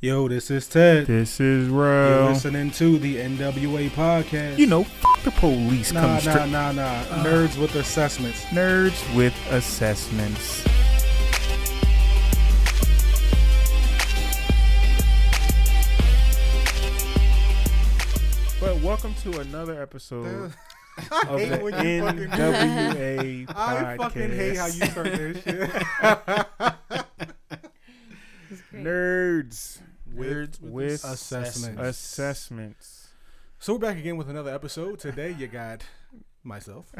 Yo, this is Ted. This is You're real. listening to the NWA podcast. You know, f- the police nah, coming nah, straight. nah, nah. Nerds with assessments. Nerds with assessments. But welcome to another episode of hate the when you fucking do NWA podcast. I fucking hate how you start this shit. Nerds With- with, with assessments. assessments. so we're back again with another episode. Today you got myself,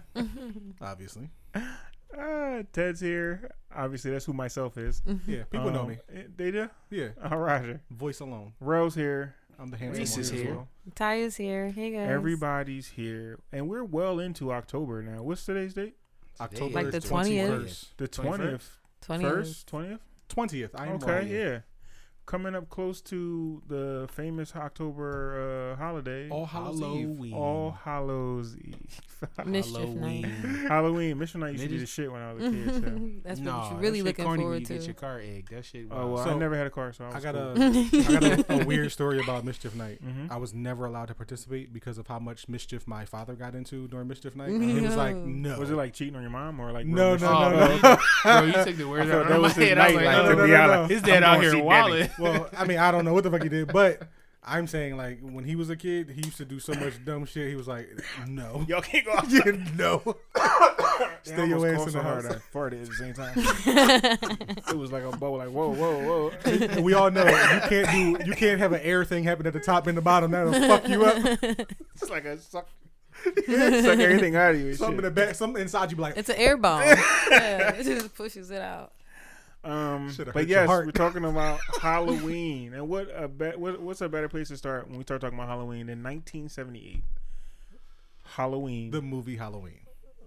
obviously. Uh, Ted's here. Obviously, that's who myself is. Yeah, people know Um, me. eh, They do. Yeah, Uh, Roger. voice alone. Rail's here. I'm the handsome Reese one is as here. well. Taya's here. Hey guys. Everybody's here, and we're well into October now. What's today's date? October Like the 20th. The 21st? twentieth, 20 first, twentieth. 20th. I am Okay, wrong. yeah. Coming up close to the famous October uh, holiday, All Halloween. All Hallows Eve, mischief night. Halloween. Mission night used to be Midnight- the shit when I was a kid. So. That's Nah, what that you're really shit looking corny when forward you to. Get your car egg. That shit. Oh well, I So, never had a car, so I, I was got cool. a, I got a, a weird story about Mischief Night. Mhm. I was never allowed to participate because of how much mischief my father got into during Mischief Night. He was like, No. no. Was it like cheating on your mom or like No, real no, no, mischief? Oh, no. okay. Bro, you took the words I thought out that of my was his head. I was night, like, like, no, to no, be no, honest. no. His I'm dad out gonna here see daddy. walling. well, I mean, I don't know what the fuck he did, but I'm saying like when he was a kid, he used to do so much dumb shit. He was like, no, Y'all can't go Yeah, no, Stay your ass in the house. I farted at the same time. it was like a bow, like whoa, whoa, whoa. And we all know you can't do, you can't have an air thing happen at the top and the bottom. That'll fuck you up. It's like a suck, suck everything out of you. and Something in the shit. back, something inside you, be like It's an air bomb. yeah, it just pushes it out. Um, Shoulda hurt but your yes, heart. we're talking about Halloween, and what a be- what, what's a better place to start when we start talking about Halloween in 1978? Halloween, the movie Halloween.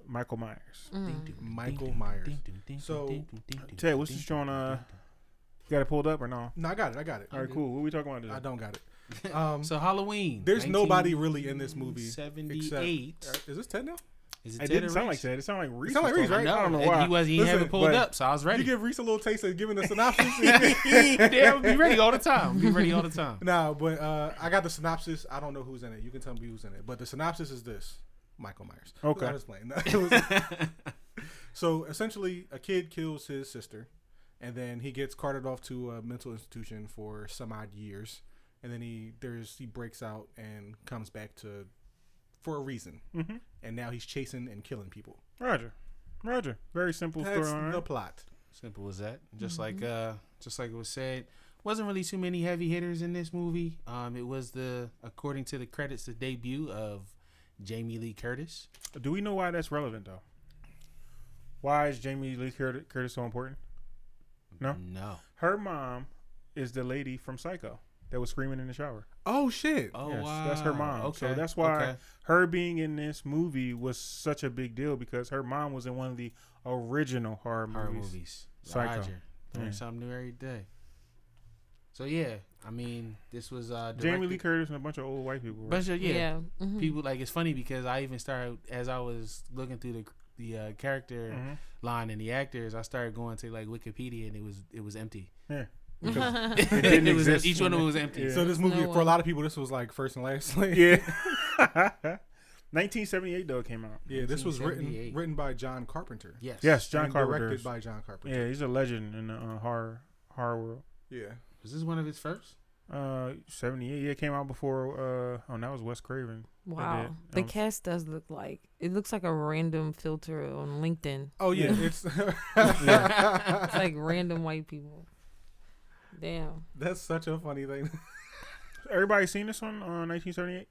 Michael Myers. Mm. Mm. Michael Myers. So- Ted, what's this on? Uh, you got it pulled up or no? No, I got it. I got it. All right, cool. What we talking about I today? don't got it. Um, So Halloween. There's nobody really in this movie except- 78. is this Ted now? Is It Ted didn't or sound Reese? like that. It sounded like Reese. sounded like was Reese, talking. right? I don't know And why. He was he Listen, haven't pulled but- up, so I was You ready. give Reese a little taste of giving a synopsis. Damn, be ready all the time. Be ready all the time. No, but uh, I got the synopsis. I don't know who's in it. You can tell me who's in it. But the synopsis is this: Michael Myers. Okay. I was playing. No, it was- so essentially, a kid kills his sister, and then he gets carted off to a mental institution for some odd years, and then he there's he breaks out and comes back to for a reason, Mhm. and now he's chasing and killing people. Roger, Roger. Very simple That's story. the Right? plot. Simple as that. Just like uh just like it was said. Wasn't really too many heavy hitters in this movie. Um it was the according to the credits the debut of Jamie Lee Curtis. Do we know why that's relevant though? Why is Jamie Lee Curti- Curtis so important? No. No. Her mom is the lady from Psycho that was screaming in the shower. Oh shit! Oh yes, wow. that's her mom. So that's why her being in this movie was such a big deal because her mom was in one of the original horror, horror movies. movies. Psycho. Roger. Learn Yeah. something new every day. So yeah, I mean, this was uh Jamie Lee directed- Curtis and a bunch of old white people. Right? bunch of Yeah. yeah, mhm. people like it's funny because I even started as I was looking through the the uh, character Mhm. line and the actors, I started going to like Wikipedia and it was it was empty. Yeah. didn't it was exist. each one of them was empty. Yeah. So this movie No for a one. lot of people, this was like first and last. Like, Yeah. 1978 though it came out. Yeah, this was written 1978. written by John Carpenter. Yes. Yes, John and Carpenter. Directed is- by John Carpenter. Yeah, he's a legend in the uh, horror horror world. Yeah. Was this one of his first? Uh, 78. Yeah, it came out before. Uh, oh, that was Wes Craven. Wow. did. The Um, cast does look like it looks like a random filter on LinkedIn. Oh yeah, Yeah. it's It's like random white people. Damn. that's such a funny thing. Everybody seen this one? Uh, 1978.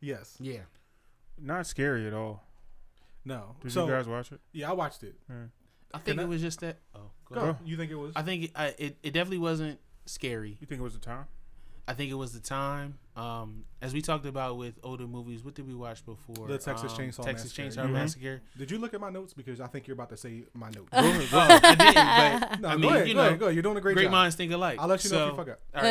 yes. Yeah. Not scary at all. No. Did so you guys watch it? yeah, I watched it. I think I- it was just that. Oh, go Go. ahead. You think it was? I think it, I, it it definitely wasn't scary. You think it was the time? I think it was the time. Um, as we talked about with older movies, what did we watch before? The Texas Um, Chainsaw Texas Massacre. Mm-hmm. Chainsaw Mhm. Massacre. Did you look at my notes because I think you're about to say my notes? Oh, I didn't, but No, I go mean, ahead, you go know, ahead, go ahead. You're doing a great, great, job. minds think alike. I'll let you know if you So- fuck up. All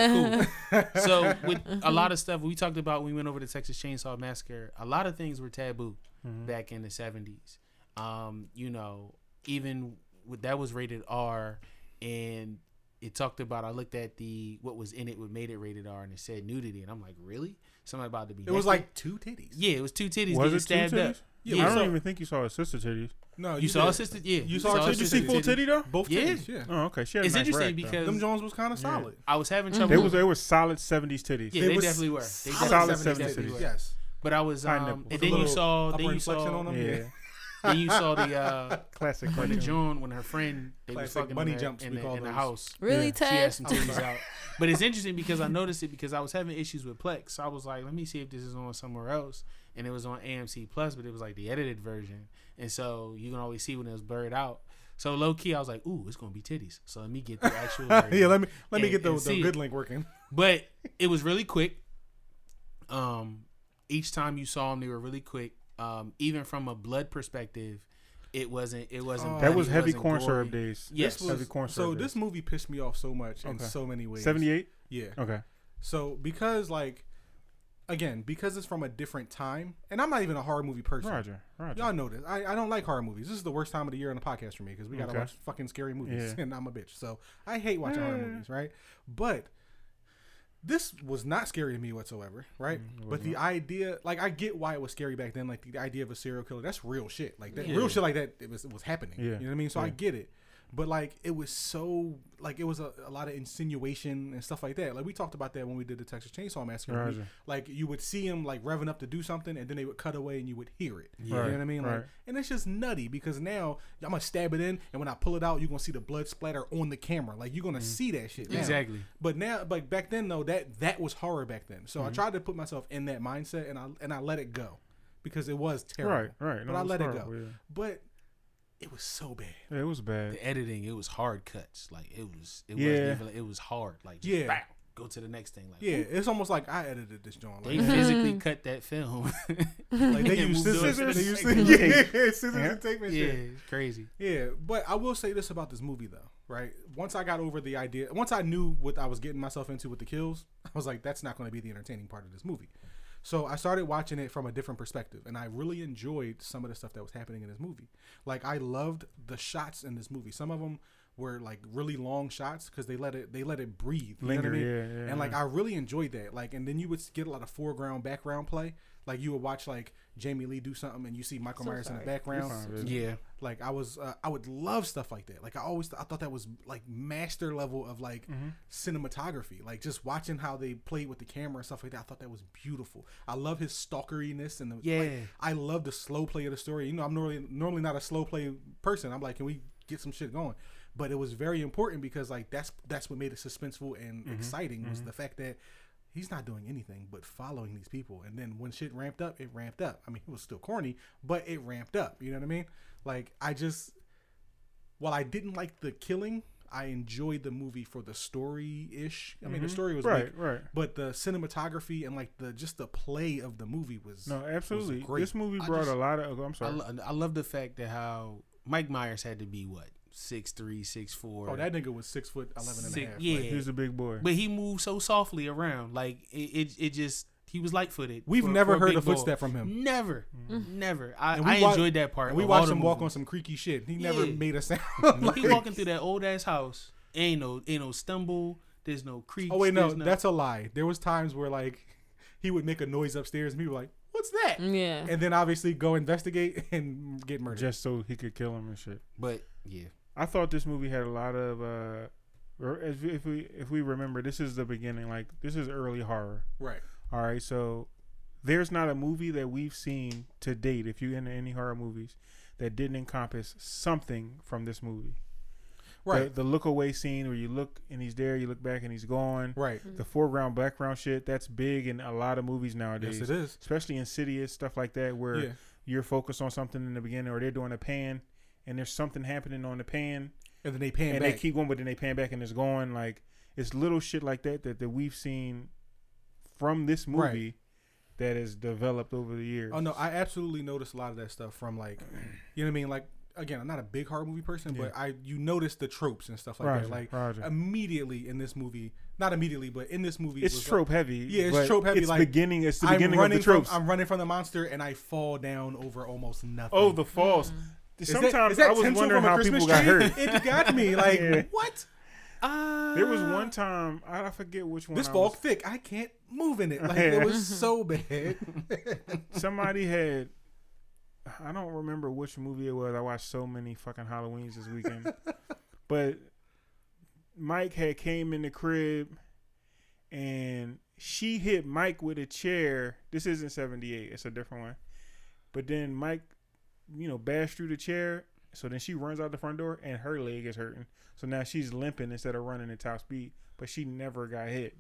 right, cool. so with a lot of stuff we talked about, when we went over the Texas Chainsaw Massacre. A lot of things were taboo Mm-hmm. back in the seventies. Um, you know, even with, that was rated R, and it talked about I looked at the what was in it what made it rated R and it said nudity and I'm like really somebody about to be It was naked? like two titties. yeah it was two titties Was getting it stabbed two titties? up Yeah, I don't so- even think you saw his sister titties. No, you, saw did. a sister yeah You saw a sister a Did you see titties. full titty though? both Yeah. titties. Yeah, Oh, okay. She had a it's nice rack, though. interesting because them Mm-hmm. Jones was kind of Yeah. solid. I was having Mhm. trouble they was they were solid seventies titties. yeah It they was definitely were they solid definitely, 70s definitely titties. were. Yes, but I was High um nipples. and With a then you little saw upper then you inflection on saw them. yeah. then you saw the uh Classic when cartoon. Joan when her friend they was Classic fucking bunny bunny in jumps jumps in, we the, call in the those. house Really, Yeah. she Ted? had some titties out. But it's interesting because I noticed it because I was having issues with Plex. So I was like, let me see if this is on somewhere else. And it was on AMC Plus, but it was like the edited version. And so you can always see when it was blurred out. So low key, I was like, ooh, it's gonna be titties. So let me get the actual. version. yeah. Let me let me And- get the, and the see good it. link working. But it was really quick. Um, each time you saw them, they were really quick. Um, even from a blood perspective, it wasn't. It wasn't. Oh. bloody, That was it heavy wasn't corn gory. syrup days. Yes. This Heavy was, corn so syrup this movie pissed me off so much in Okay. so many ways. Seventy eight. Yeah. Okay. So because like again, because it's from a different time, and I'm not even a horror movie person. Roger. Roger. Y'all know this. I, I don't like horror movies. This is the worst time of the year on the podcast for me because we gotta Okay. watch fucking scary movies, Yeah. and I'm a bitch. So I hate watching horror Yeah. movies, right? But this was not scary to me whatsoever, right? Mm, it but was the idea, like, I get why it was scary back then. Like the, idea of a serial killer, that's real shit. Like that Yeah. real shit like that, it was it was happening. You Yeah. know what I mean? So I Yeah. get it. But like it was so like it was a, a lot of insinuation and stuff like that. Like we talked about that when we did the Texas Chainsaw Massacre. when we- Roger. like you would see him like revving up to do something, and then they would cut away, and you would hear it. You know Right, what I mean? Like, right. and it's just nutty because now I'm gonna stab it in, and when I pull it out, you're gonna see the blood splatter on the camera. Like you're gonna see that shit. now. Exactly. But now, but back then though, that that was horror back then. So I tried to put myself in that mindset, and I and I let it go because it was terrible. Right. Right. But I was let it horrible, go. yeah. But it was so bad. Yeah, it was bad. The editing, it was hard cuts. Like it was. It Yeah. wasn't even. like- It was hard. Like just Yeah. bam, go to the next thing. Like Yeah, it's almost like I edited this joint. They Like, physically cut that film. like they And use moved on. scissors. They use Scissors. yeah, scissors and tape and yeah, shit. it's crazy. Yeah, but I will say this about this movie though, right? Once I got over the idea, once I knew what I was getting myself into with the kills, I was like, that's not going to be the entertaining part of this movie. So I started watching it from a different perspective, and I really enjoyed some of the stuff that was happening in this movie. Like I loved the shots in this movie. Some of them were like really long shots because they let it they let it breathe, you know what I Linger, mean? yeah, yeah, and like yeah. I really enjoyed that. Like, and then you would get a lot of foreground background play. Like you would watch like Jamie Lee do something, and you see Michael So Myers in the sorry. background You're fine, baby. Yeah, like i was uh, i would love stuff like that like i always i thought that was like master level of like cinematography like just watching how they played with the camera and stuff like that i thought that was beautiful i love his stalkeriness and the, like, Yeah. i love the slow play of the story you know i'm normally normally not a slow play person i'm like can we get some shit going but it was very important because like that's that's what made it suspenseful and Mm-hmm. exciting was the fact that he's not doing anything but following these people. And then when shit ramped up, it ramped up. I mean, it was still corny, but it ramped up. You know what I mean? Like, I just, while I didn't like the killing, I enjoyed the movie for the story ish. I mean, the story was Mm-hmm. right. weak, Right. but the cinematography and like the just the play of the movie was No, absolutely. great. This movie I brought just- a lot of. oh, I'm I, sorry. lo- I love the fact that how Mike Myers had to be what six three, six four. Oh, that nigga was six foot eleven and a Six- half. yeah. Like, He was a big boy. but he moved so softly around, like it. It, it just he was light footed. We've never heard a footstep from him. Never, never. I, And we I wa- enjoyed that part. And we of all watched the him walk on movies. some creaky shit. He never Yeah. made a sound. he Like- walking through that old ass house. Ain't no ain't no stumble. There's no creak. Oh wait, no, that's a lie. There was times where like he would make a noise upstairs, and people were like, "What's that?" Mm. Yeah. And then obviously go investigate and get murdered. Just so he could kill him and shit. But yeah, I thought this movie had a lot of. uh or if we- if we if we remember, this is the beginning. Like this is early horror. right. All right, so there's not a movie that we've seen to date, if you into any horror movies, that didn't encompass something from this movie. Right. The, the look away scene where you look and he's there, you look back and he's gone. right. The foreground background shit that's big in a lot of movies Yes, nowadays, it is. especially Insidious stuff like that, where Yeah. you're focused on something in the beginning or they're doing a pan and there's something happening on the pan And then they pan and back. they keep going, but then they pan back and it's going like it's little shit like that that, that we've seen from this Right. movie that has developed over the years. oh no, I absolutely noticed a lot of that stuff from like, you know what I mean? Like again, I'm not a big horror movie person, Yeah. but I you notice the tropes and stuff like Roger, that. Like Roger. immediately in this movie, not immediately, but in this movie, it it's was like- trope heavy. Yeah, it's but trope heavy, It's like, beginning. It's the beginning I'm of running the tropes. From, I'm running from the monster and I fall down over almost nothing. oh, the falls. Mm-hmm. Is that- Sometimes is that I was tinsel wondering from a how Christmas people got tree? hurt. it got me like Yeah. what? Uh, There was one time I I forget which one. This I ball was- thick. I can't move in it. Like it was so bad. somebody had. I don't remember which movie it was. I watched so many fucking Halloweens this weekend, but Mike had came in the crib, and she hit Mike with a chair. This isn't seventy eight. It's a different one. But then Mike, you know, bashed through the chair. So then she runs out the front door, and her leg is hurting. So now she's limping instead of running at top speed. But she never got hit.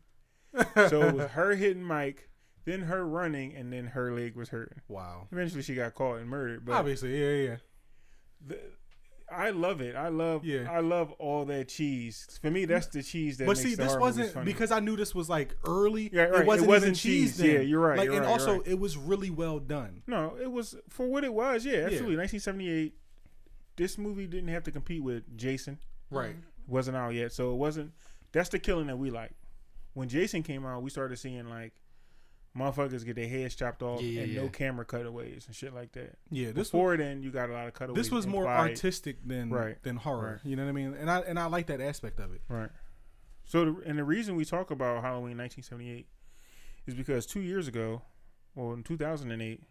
So it was her hitting Mike, then her running, and then her leg was hurting. wow. Eventually, she got caught and murdered. But Obviously, yeah, yeah. the, I love it. I love. Yeah. I love all that cheese. For me, that's the cheese that. but makes see, the this horror movies wasn't funny. because I knew this was like early. Yeah, right. It wasn't, even cheese. then. Yeah, you're right. Like, you're and right, you're also, right. it was really well done. no, it was for what it was. Yeah, absolutely. 1978. This movie didn't have to compete with Jason. Right. wasn't out yet, so it wasn't. That's the killing that we like. When Jason came out, we started seeing like motherfuckers get their heads chopped off Yeah, yeah, and yeah. no camera cutaways and shit like that. Yeah. This was, Before then, you got a lot of cutaways. this was more implied. artistic than Right. than horror. You know what I mean? And I and I like that aspect of it. Right. So, the, and the reason we talk about Halloween 1978 is because two years ago, well, in 2008,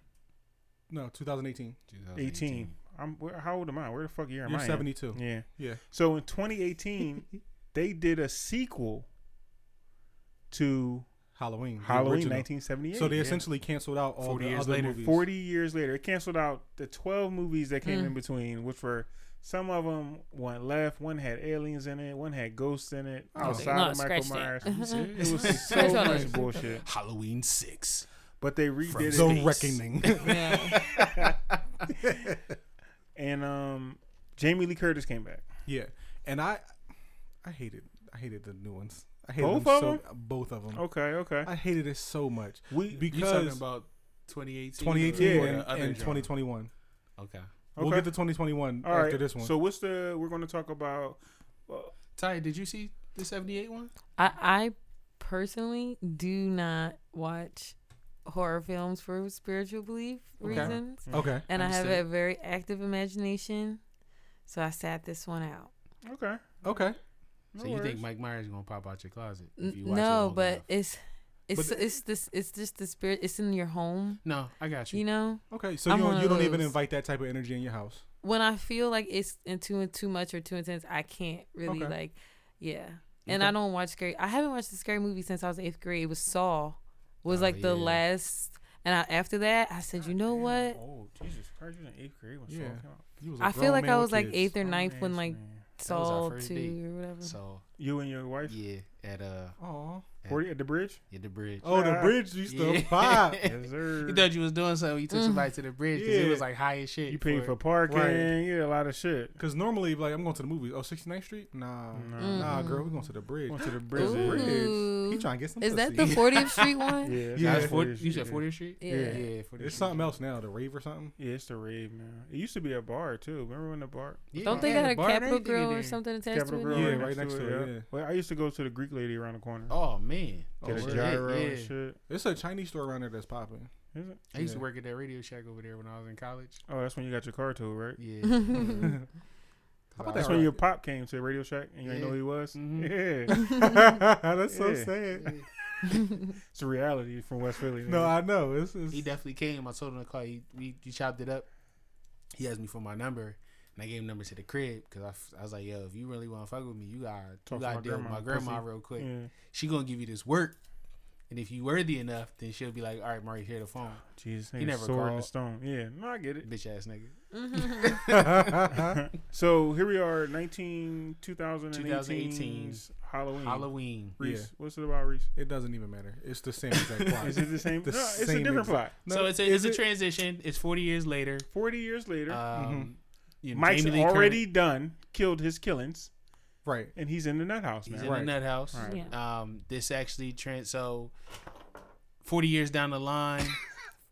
No, 2018. 18, I'm where, how old am I? Where the fuck year am You're I? in? 72. Yeah. Yeah. So in 2018, they did a sequel to Halloween. the Halloween original. 1978. So they yeah. essentially canceled out all 40 the years other later. movies. Hmm. 40 years later. It canceled out the 12 movies that came Mm. in between, which were some of them, one left, one had aliens in it, one had ghosts in it, Oh. outside No, of Michael scratch Myers. that. It was so Scratch all much those. bullshit. Halloween six. But they From redid it. Zone Space. Reckoning. Yeah. And um, Jamie Lee Curtis came back. yeah. And I, I hated, I hated the new ones. I hated Both them of so, them? Both of them. Okay, okay. I hated it so much We You talking because about 2018? 2018 Yeah. and, or the other and genre? 2021. Okay. We'll Okay. get to 2021 all after right. this one. So what's the we're going to talk about? Ty, did you see the 78 one? I, I personally do not watch horror films for spiritual belief Okay. reasons. okay. And I have Understood. a very active imagination. So I sat this one out. Okay. Okay. No so you think worries. Mike Myers is gonna pop out your closet? N- If you watch it No, long but enough? it's it's But- it's this it's just the spirit. It's in your home, no, I got you. you know. Okay. So I'm you one don't, of you don't even those. invite that type of energy in your house. When I feel like it's in too too much or too intense, I can't really Okay. like, yeah. And Okay. I don't watch scary. I haven't watched a scary movie since I was in eighth grade. It was Saw, was Oh, like the yeah. last. And I, after that, I said, you know what? Oh Jesus Christ! You was in eighth grade when Yeah. Saul came out. You was a I feel grown like man I with was like kids. eighth or Oh, ninth when yes, like man. That was our Saw first two date. or whatever. So you and your wife yeah, at uh, Aw. forty at the bridge. at the bridge. Oh, the bridge used Yeah. to pop. Yes, sir. You thought you was doing something. You took Mm. somebody to the bridge because Yeah. it was like high as shit. You paid for parking. You did a lot of shit. Because normally, like, I'm going to the movies. Oh, 69th Street? Nah. Nah. Nah, Mm. girl, we're going to the bridge. Went to the Ooh. bridge. He Ooh. trying to get some Is that the pussy. 40th Street one? Yeah, Yeah. That's That's 40, you said 40th Street. Yeah. yeah. Yeah. 40th It's Street. something else now, the rave or something? Yeah, it's the rave, man. It used to be a bar too. Remember when the bar? Yeah, Don't they yeah, got the a bar and Capital everything in Grill or there. something attached Capital to it? Grill, now? Yeah, right, right next to it. yeah. Well, I used to go to the Greek lady around the corner. Oh man, Oh, Get a shit. gyro yeah. and shit. It's a Chinese store around there that's popping. Is it? I used to Yeah. work at that Radio Shack over there when I was in college. Oh, that's when you got your car towed, right? Yeah. Mm-hmm. How about That's that when your right. pop came to the Radio Shack and you didn't know who he was. Mhm. Yeah, that's so Yeah. sad. it's a reality from West Philly. No, nigga. I know. It's, it's, He definitely came. I told him to call. He, we you chopped it up. He asked me for my number, and I gave him number to the crib because I, f- I was like, yo, if you really want to fuck with me, you got Talk you to got my to deal with grandma, my grandma pussy. real quick. Yeah. She gonna give you this work, and if you worthy enough, then she'll be like, all right, Murray, hear the phone, Jesus, He nigga, never sword in the called. stone. Yeah, no, I get it. bitch ass nigga. Mm-hmm. so here we are, 19, 2018 's Halloween. Halloween. Reese, Yeah. what's it about Reese? it doesn't even matter. It's the same exact plot. Is it the same? The no, it's a same different exa- plot. No, so it's a, it's a is it- transition. It's 40 years later. 40 years later, Um, you know, Mm-hmm. Mike's Jamie Lee Curtis- already done, killed his killings, Right. and he's in the nut house He's now. in Right. the nut house. Right. Yeah. Um, this actually trans. So, forty years down the line,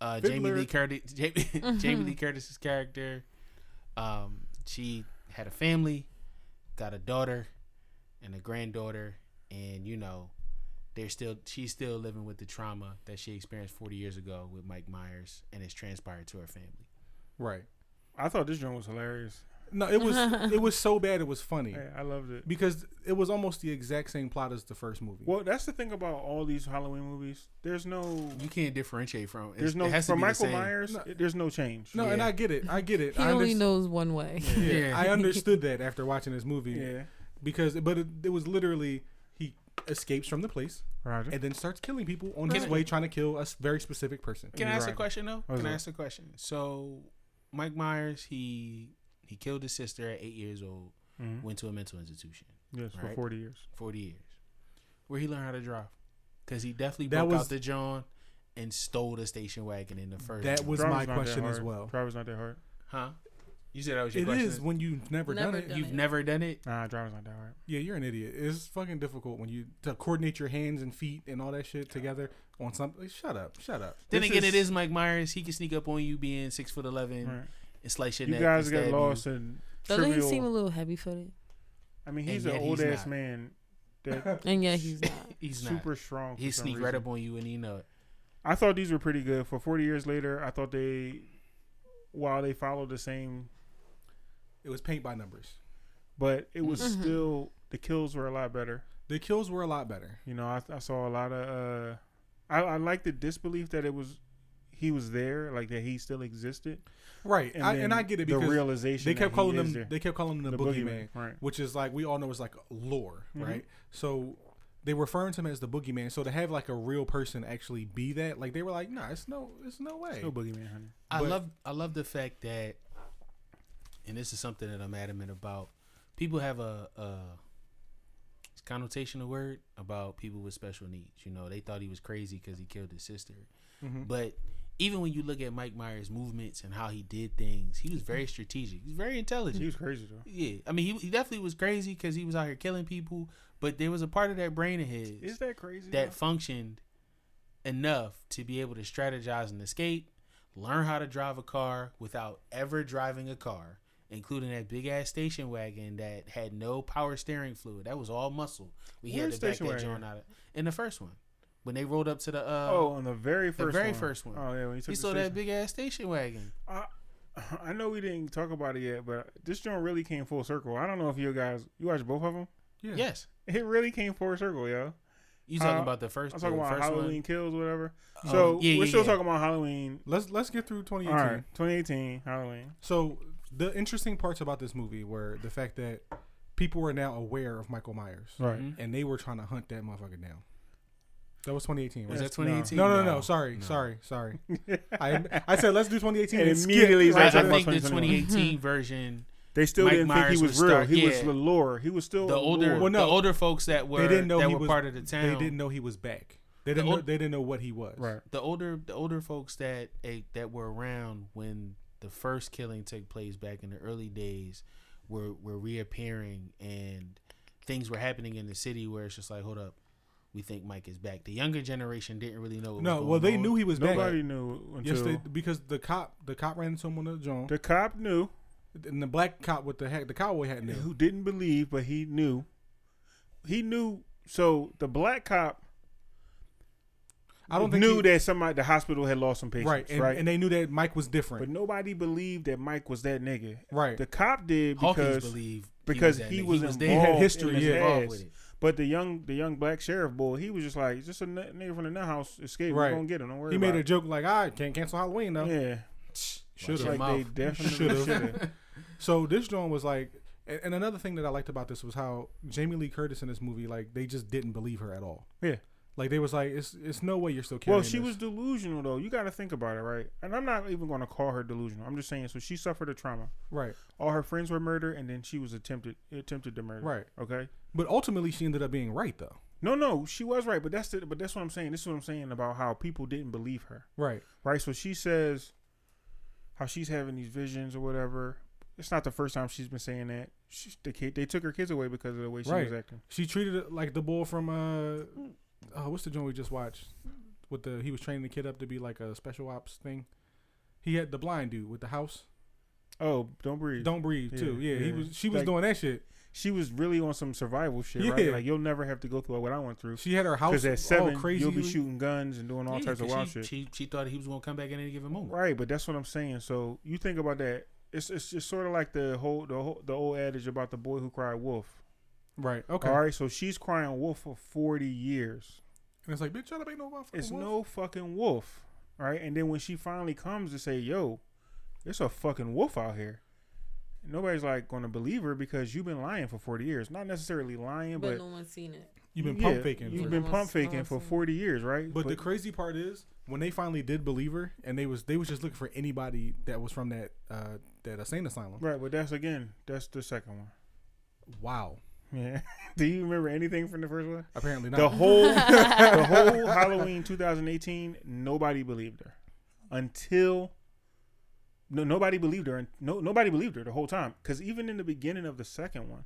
uh, Jamie Fiddler. Lee Curtis, Jamie, Jamie Lee Curtis's character, um, she had a family, got a daughter, and a granddaughter, and you know, they're still she's still living with the trauma that she experienced forty years ago with Mike Myers, and it's transpired to her family. Right. I thought this joint was hilarious. No, it was it was so bad it was funny Hey, I loved it. because it was almost the exact same plot as the first movie. Well, that's the thing about all these Halloween movies. There's no, You can't differentiate from. It's, there's no It has for to be the Michael same. Myers. No. it- There's no change. no, and yeah. I get it. I get it. He I, only underst- knows one way. yeah, Yeah. I understood that after watching this movie Yeah. because, but it, it was literally he escapes from the police Roger. Mm-hmm. and then starts killing people on Can his I- way trying to kill a s- very specific person. Can I ask Right. a question though? What's Can I up? ask a question? So, Mike Myers, he he killed his sister at eight years old. Mhm. Went to a mental institution, Yes, for Right. 40 years. forty years, where he learned how to drive, because he definitely That broke was- out the John and stole the station wagon in the first. That one. was Driver's my not that question as hard. well. Driver's not that hard. huh? You said that was your It question. is when you've never, done Never it. done You've it. never done it. Nah, driver's not that hard. Yeah, you're an idiot. It's fucking difficult when you to coordinate your hands and feet and all that shit together on something. Shut up. Shut up. Then This again, is- it is Mike Myers. He can sneak up on you being six foot eleven Right. and slice your You neck. guys and get stab you. lost in Doesn't he trivial. seem a little heavy footed? I mean, And he's yet an he's old ass not. man that And yeah, he's not. He's not. super strong. for He some sneak right reason. up on you and he know it. I thought these were pretty good. For 40 years later, I thought they, while they followed the same, It was paint by numbers. but it was Mhm. still the kills were a lot better. The kills were a lot better. You know, I, I saw a lot of. Uh, I, I like the disbelief that it was, he was there, like that he still existed. Right. And I, then and I get it the because realization they that kept he calling is him there. they kept calling him the, boogeyman, right? which is like we all know is like lore, Mhm. right? So they referring to him as the boogeyman. So to have like a real person actually be that, like they were like, nah, it's no, it's no way. It's no boogeyman, honey. I But- love I love the fact that, and this is something that I'm adamant about. People have a, a connotation of word about people with special needs. You know, they thought he was crazy because he killed his sister. Mhm. But even when you look at Mike Myers' movements and how he did things, he was very strategic. He's very intelligent. He was crazy though. Yeah, I mean, he, he definitely was crazy because he was out here killing people. But there was a part of that brain of his Is that crazy? that though? functioned enough to be able to strategize and escape, learn how to drive a car without ever driving a car, including that big ass station wagon that had no power steering fluid. That was all muscle. We had Where's to back station that wagon? joint out of in the first one when they rolled up to the uh, oh, on the very first, very one. first one. Oh yeah, when he took he the saw station. that big ass station wagon. I, I know we didn't talk about it yet, but this joint really came full circle. I don't know if you guys you watched both of them. Yeah. Yes, It really came full circle, yo. you talking Uh, about the 1st I'm talking the about first Halloween one. kills, whatever. Oh, So yeah, we're yeah, still yeah. talking about Halloween. Let's let's get through All 2018. right, 2018 Halloween. So the interesting parts about this movie were the fact that people were now aware of Michael Myers, Right. Mhm. and they were trying to hunt that motherfucker down. That was 2018. Was Right? that 2018? No, no, no, Sorry, No. sorry, sorry. I I said let's do 2018. And And immediately immediately, he's I, I like, right? talking about think the 2021. 2018 version, They still Mike didn't think Myers he was was real. start- he was yeah. the lore. He was still the a older, lore. Well, no. the older folks that were they didn't know that he were was part of the town. They didn't know he was back. They The didn't. know, old- they didn't know what he was. Right. the older the older folks that eh, that were around when the first killing took place back in the early days were were reappearing and things were happening in the city where it's just like hold up we think Mike is back the younger generation didn't really know what No. was Well, they going knew on. he was Nobody back. knew until Yes, they, because the cop, the cop ran into him on the joint, the cop knew, and the black cop with the hat, the cowboy hat knew. who didn't believe, but he knew. He knew. So the black cop I don't think knew he- that somebody the hospital had lost some patients. Right. Right. And, and they knew that Mike was different. but nobody believed that Mike was that nigga. right. The cop did Hawkins because believed because that he nigga. was, there. involved. He had history, in his yeah. Involved with past. it. But the young the young black sheriff boy, he was just like, "It's just a n- nigga from the nut house escape. Right. We're gonna get him. Don't worry he made about a it." joke like, "I can't cancel Halloween though." yeah, Should have. Watch your like mouth. they definitely Should've. should have. So this joint was like, and, and another thing that I liked about this was how Jamie Lee Curtis in this movie, like, they just didn't believe her at all. Yeah. Like they was like, "It's it's no way you're still carrying." Well, she this." was delusional though. You got to think about it, right? And I'm not even gonna call her delusional. I'm just saying. So she suffered a trauma. right, All her friends were murdered, and then she was attempted attempted to murder. right. Okay. But ultimately, she ended up being right though. No, no, she was right, but that's the, but that's what I'm saying. This is what I'm saying about how people didn't believe her, Right. right? So she says how she's having these visions or whatever. It's not the first time she's been saying that. She, the kid, they took her kids away because of the way she Right. was acting. She treated it like the bull from uh, oh, what's the joint we just watched? With the he was training the kid up to be like a special ops thing. He had the blind dude with the house. Oh, don't breathe. Don't breathe too. Yeah, Yeah, he yeah. was. She was Like- doing that shit. She was really on some survival shit, Yeah. right? Like you'll never have to go through what I went through. She had her house Because at seven, all crazy. you'll be shooting guns and doing all Yeah, types of 'cause wild she, shit. she she thought he was gonna come back at any given moment Right, but that's what I'm saying. So you think about that. It's it's just sort of like the whole the whole, the old adage about the boy who cried wolf. Right. Okay. All right, so she's crying wolf for forty years. And it's like, bitch, shut up, ain't no motherfucking It's wolf. no fucking wolf, all right? And then when she finally comes to say, "Yo, there's a fucking wolf out here," nobody's like going to believe her because you've been lying for forty years. Not necessarily lying, but, but, no one's seen it. You've been yeah, pump faking. You've for- been No pump one's- no faking one's for seen it. forty years, right? But, the crazy part is when they finally did believe her, and they was they was just looking for anybody that was from that uh that insane asylum. right, but that's again, that's the second one. Wow. Yeah. Do you remember anything from the first one? Apparently not. The whole the whole Halloween 2018, nobody believed her until no nobody believed her and no nobody believed her the whole time because even in the beginning of the second one,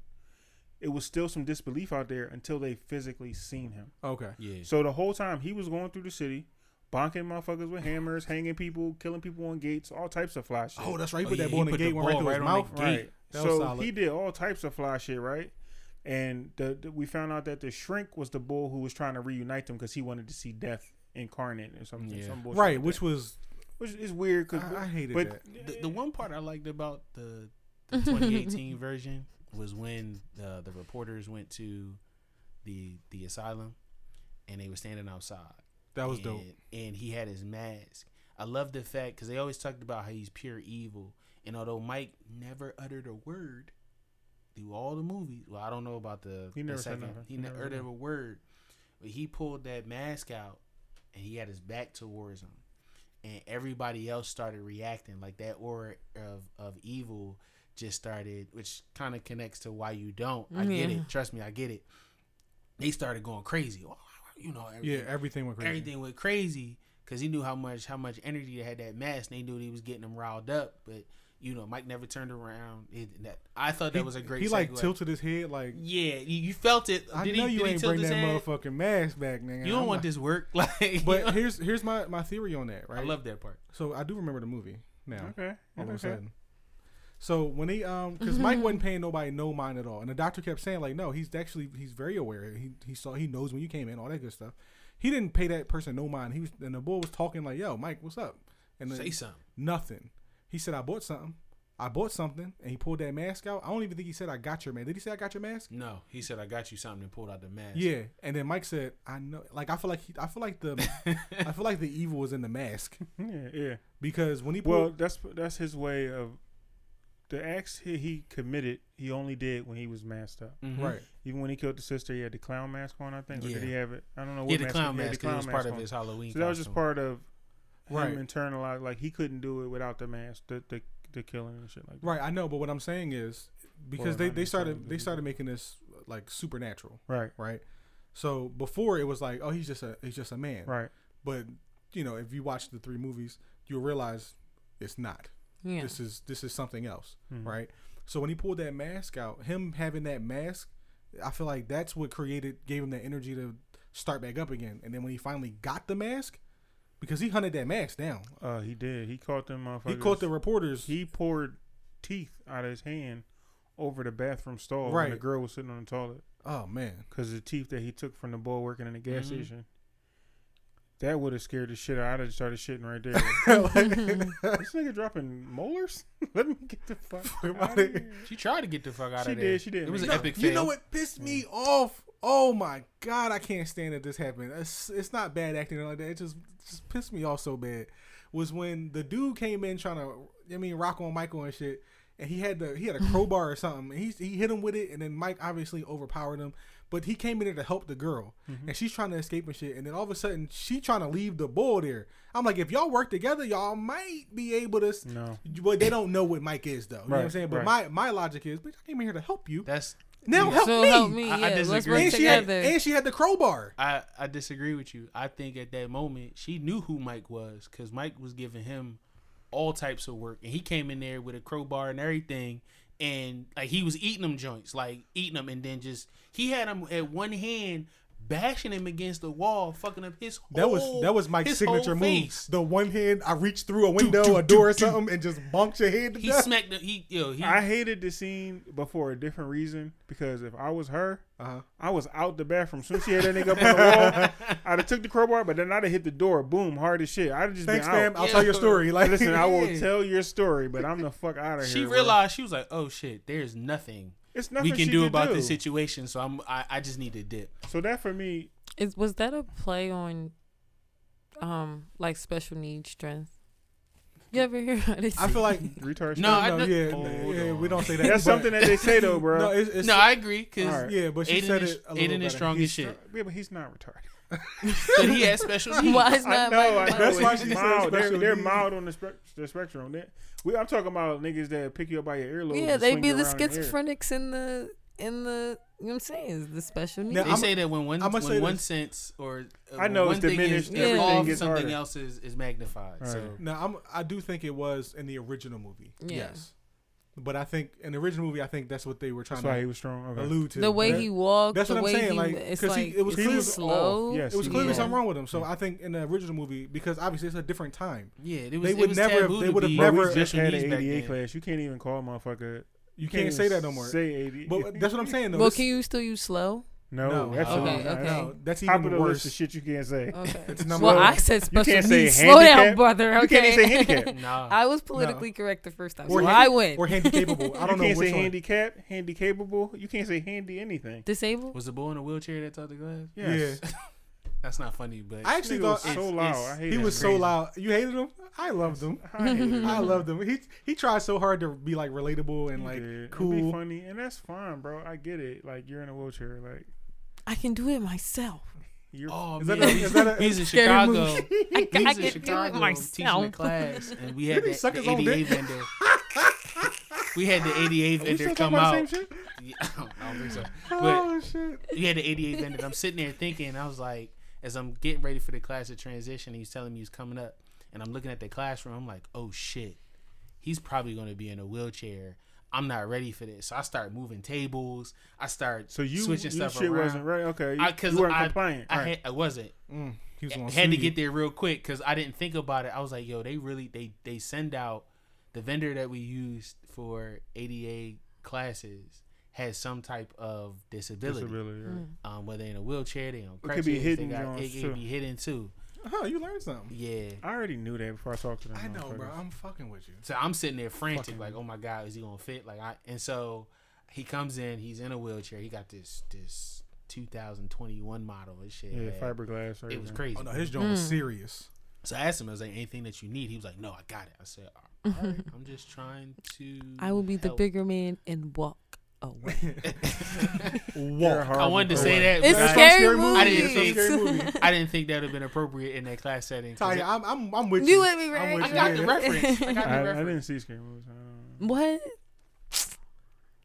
it was still some disbelief out there until they physically seen him. okay. Yeah. So the whole time he was going through the city, bonking motherfuckers with hammers, hanging people, killing people on gates, all types of fly shit. Oh, that's right. He Oh, put yeah, that he ball in the put the gate, went right ball through his right on mouth. the gate. Right. That was so solid. he did all types of fly shit, right? And the, the- we found out that the shrink was the bull who was trying to reunite them because he wanted to see death incarnate or something. Yeah. Some bullshit Right, like which that. was which is weird because I, I hated but that. The, the one part I liked about the, the 2018 version was when the, the reporters went to the the asylum and they were standing outside. That was and, dope. And he had his mask. I love the fact because they always talked about how he's pure evil. And although Mike never uttered a word through all the movies, well, I don't know about the, He the never said second. nothing. He, He never never said uttered a word, but he pulled that mask out and he had his back towards him. And everybody else started reacting like that aura of of evil just started, which kind of connects to why you don't. I get Yeah. it. Trust me, I get it. They started going crazy. Oh, you know, Yeah, everything went crazy. everything went crazy because he knew how much how much energy they had that mask. And they knew he was getting them riled up, but you know Mike never turned around. It, that, I thought that was a great. He like segue. tilted his head like. Yeah, you, you felt it. I did know he, you did ain't he tilt bring his that head? motherfucking mask back, nigga. You don't I'm want like- this work, like. But here's here's my my theory on that. Right. I love that part. So I do remember the movie now. okay, all of a okay. sudden. So when they um, because Mike wasn't paying nobody no mind at all, and the doctor kept saying like, no, he's actually he's very aware. He he saw he knows when you came in, all that good stuff. He didn't pay that person no mind. He was and the boy was talking like, yo, Mike, what's up? And Say then something. nothing. He said I bought something. I bought something, and he pulled that mask out. I don't even think he said I got your mask. Did he say I got your mask? No, he said I got you something and pulled out the mask. Yeah. And then Mike said, I know. Like I feel like he, I feel like the I feel like the evil was in the mask Yeah, yeah. because when he pulled, Well, that's that's his way of the acts he, he committed. He only did when he was masked up. Mhm. right. Even when he killed the sister, he had the clown mask on. I think, or Yeah. did he have it? I don't know. What Yeah, the clown he had mask. 'cause it was part of on. his Halloween. So that was just costume. part of Right. him internalized. Like he couldn't do it without the mask, the the, the killing and shit like that. Right, I know, but what I'm saying is because Or they, not they necessarily, started but they you- started making this like supernatural, Right. right? So before it was like, oh, he's just a he's just a man, Right. But you know, if you watch the three movies, you'll realize it's not. Yeah. This is this is something else, Mhm. right? So when he pulled that mask out, him having that mask, I feel like that's what created gave him the energy to start back up again. And then when he finally got the mask, because he hunted that mask down, Uh, he did. He caught them motherfuckers. he caught the reporters. He poured teeth out of his hand over the bathroom stall when the Right. girl was sitting on the toilet oh man, because the teeth that he took from the boy working in the gas Mhm. Mm-hmm. station. That would have scared the shit out. I'd have started shitting right there. this nigga dropping molars? Let me get the fuck out outta here. She tried to get the fuck out She of did, there. she did, It was man. an No, epic You fail. Mm. know what pissed me off? Oh my god, I can't stand that this happened. It's, it's not bad acting or like that. It just just pissed me off so bad. Was when the dude came in trying to, I mean, rock on Michael and shit, and he had the he had a crowbar or something. And he he hit him with it, and then Mike obviously overpowered him. But he came in there to help the girl, Mm-hmm. and she's trying to escape and shit. And then all of a sudden, she trying to leave the bull there. I'm like, if y'all work together, y'all might be able to. s- No. But they don't know what Mike is though. You know what I'm Right, saying? But right. my my logic is, bitch, I came in here to help you. That's Now help so me. help me. I- I Yeah, let's disagree. work And she, had, together. and she had the crowbar. I, I disagree with you. I think at that moment she knew who Mike was because Mike was giving him all types of work, and he came in there with a crowbar and everything, and like he was eating them joints, like eating them, and then just he had them at one hand bashing him against the wall, fucking up his whole That Oh, was that was Mike's his whole signature move. face. The one hand I reached through a window, do, a do, door, or do. something, and just bonked your head to He death. smacked the he yo he I hated the scene, but for a different reason. Because if I was her, uh-huh. I was out the bathroom. Soon as she had that nigga up on the wall, I'd have took the crowbar, but then I'd have hit the door. Boom, hard as shit. I'd have just Thanks, been out. fam. I'll tell your Yeah. story. Like, Listen, I will Yeah. tell your story, but I'm the fuck out of here. she bro. realized she was like, oh shit, there's nothing, it's nothing we can do about this this situation. So I'm I, I just need to dip. So that for me, Is was that a play on, um, like special needs strength? You ever hear how they? I say- feel like retard. shit. No, I- no, no- yeah, Hold yeah, we on. don't say that. Oh, that's but- something that they say though, bro. No, it's, it's No, I agree because Alright. yeah, but she Aiden said is- it a little Aiden better. is strong as He's shit, yeah, but he's not retarded. but he has special needs. Why is I not know. I like, know. That's It's why she said mild. They're, special they're needs. mild on the, spec- the spectrum. They, we, I'm talking about niggas that pick you up by your earlobe. Yeah, and they swing be you the around in air. schizophrenics in the in the. You know what I'm saying? Is the special needs? Now, They I'm- say that when one I'ma say when one this. sense or uh, I know when it's one thing diminished, is everything evolved, gets something harder. else is, is magnified. So Alright. Now, I'm, I do think it was in the original movie. Yeah. Yes, but I think in the original movie, I think that's what they were trying That's why he to was strong. Okay. allude to. the way That- he walked, that's the what I'm way saying, he, like, it's 'cause like he- it was it's clear- slow. off. Yes, it was he clearly Yeah. something wrong with him. So I think in the original movie, because obviously it's a different time, yeah, it was, They it would was never- taboo they to would have be Bro, we never- just special had needs an back ADA then. class. You can't even call a motherfucker. you can't, even say that no more. Say ADA. But that's what I'm saying. Though. Well, This- can you still use slow? No, No. absolutely Okay, not. okay. That's no, that's Top of even the worse. list of shit you can't say. Okay. It's number well, one. I said special can't say needs. Slow down, handicap. brother. Okay. You can't say handicap. Nah, I was politically correct the first time, Or so hand- I win. or handy capable. I don't you know can't say which one. handicap, handy capable. You can't say handy anything. Disabled. was the boy in a wheelchair that thought the glass? Yes. That's not funny, but I actually Nigga was thought it's- so loud. it's- I hate he that was nigga. so loud. You hated him. I loved him. I hate it. I loved him. He he tried so hard to be like relatable and You like did. It'd be cool. funny, and that's fine, bro. I get it. Like you're in a wheelchair, like I can do it myself. you're. Oh Is that man, a- is that a- he's in Scary Chicago. movie. He I, was I in can do it Chicago teaching a myself. class, and we Did had he that, suck his the own ADA dick? vendor. we had the ADA Are we vendor still come talking about out. the same shit? Yeah, I don't think so. But Oh shit! we had the 88 vendor. I'm sitting there thinking, I was like, as I'm getting ready for the class to transition, he's telling me he's coming up, and I'm looking at the classroom. I'm like, oh shit, he's probably going to be in a wheelchair. I'm not ready for this. So I start moving tables. I start So you, switching your stuff shit around. wasn't right. Okay, you, I, cause you weren't I, compliant. I, All right. had, I wasn't. Mm, he was gonna had sue to you. get there real quick because I didn't think about it. I was like, yo, they really they they send out the vendor that we used for ADA classes has some type of disability Disability, right. um, whether in a wheelchair, they on could crutches, be hidden they got, joints, it, it too. could be hidden too. Huh? You learned something. Yeah. I already knew that before I talked to them. I know, bro. motherfuckers. I'm fucking with you. So I'm sitting there frantic, Fucking- like, oh my god, is he gonna fit? Like, I and so he comes in, he's in a wheelchair. He got this this 2021 model and shit. Yeah, Like, fiberglass. It was everything. crazy. Oh no, his joint was Mm. serious. So I asked him, I was like, anything that you need? He was like, no, I got it. I said, all right, I'm just trying to. I will be the help." bigger man and walk away. You're a Walk. horrible I wanted to say person. that. It's but That's I- scary from Scary Movie. I didn't That's from think- Scary Movie. I didn't think that would have been appropriate in that class setting. 'cause Tanya, I'm, I'm I'm with You you. with me, I'm right? with I you. got the Yeah. reference. I got the I, I reference. didn't see scary movies. I don't know. What?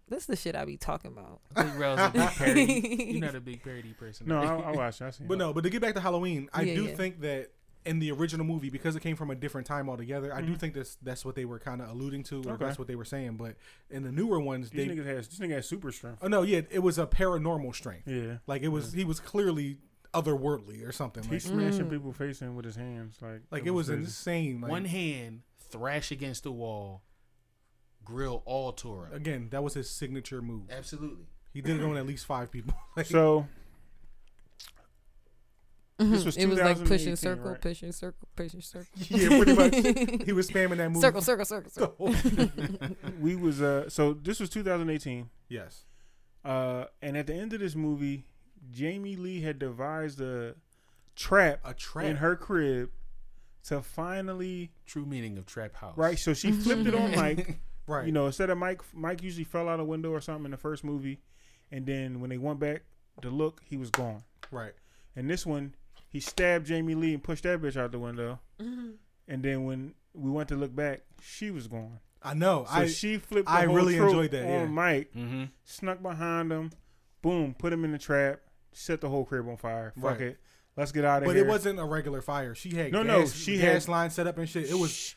That's the shit I be talking about. Big Rel's a big parody. You're not a big parody person. No, I, I watched. it. I seen. But it. no, but to get back to Halloween, I Yeah, do yeah. think that in the original movie, because it came from a different time altogether, I Mm-hmm. do think that's that's what they were kind of alluding to, or Okay. that's what they were saying. But in the newer ones, these they niggas has this nigga has super strength. oh no, yeah, it was a paranormal strength. Yeah, Like it was, he was clearly otherworldly or something. he Like, smashing people face in with his hands. Like, like it was crazy. insane. Like, One hand, thrash against the wall, grill all tore up. again, that was his signature move. Absolutely. He did it on at least five people. Like, So This was Mm-hmm. it was like 2018, pushing circle, right? pushing circle, pushing circle. yeah, pretty much. He was spamming that move. circle, circle, circle, the circle. whole- we was uh so this was 2018. yes. Uh and at the end of this movie, Jamie Lee had devised a trap, A trap. in her crib to finally True meaning of trap house. right so she flipped it on Mike. Oh, right. You know, instead of Mike Mike usually fell out a window or something in the first movie and then when they went back to look, he was gone. right. And this one, he stabbed Jamie Lee and pushed that bitch out the window. Mm-hmm. And then when we went to look back, she was gone. I know. So I she flipped. The I whole really trope enjoyed that, on yeah. Mike. Mm-hmm. snuck behind him, boom, put him in the trap, set the whole crib on fire. Fuck Right. it, let's get out of But here. it wasn't a regular fire. She had No, no, no, gas, she gas had- line set up and shit. It was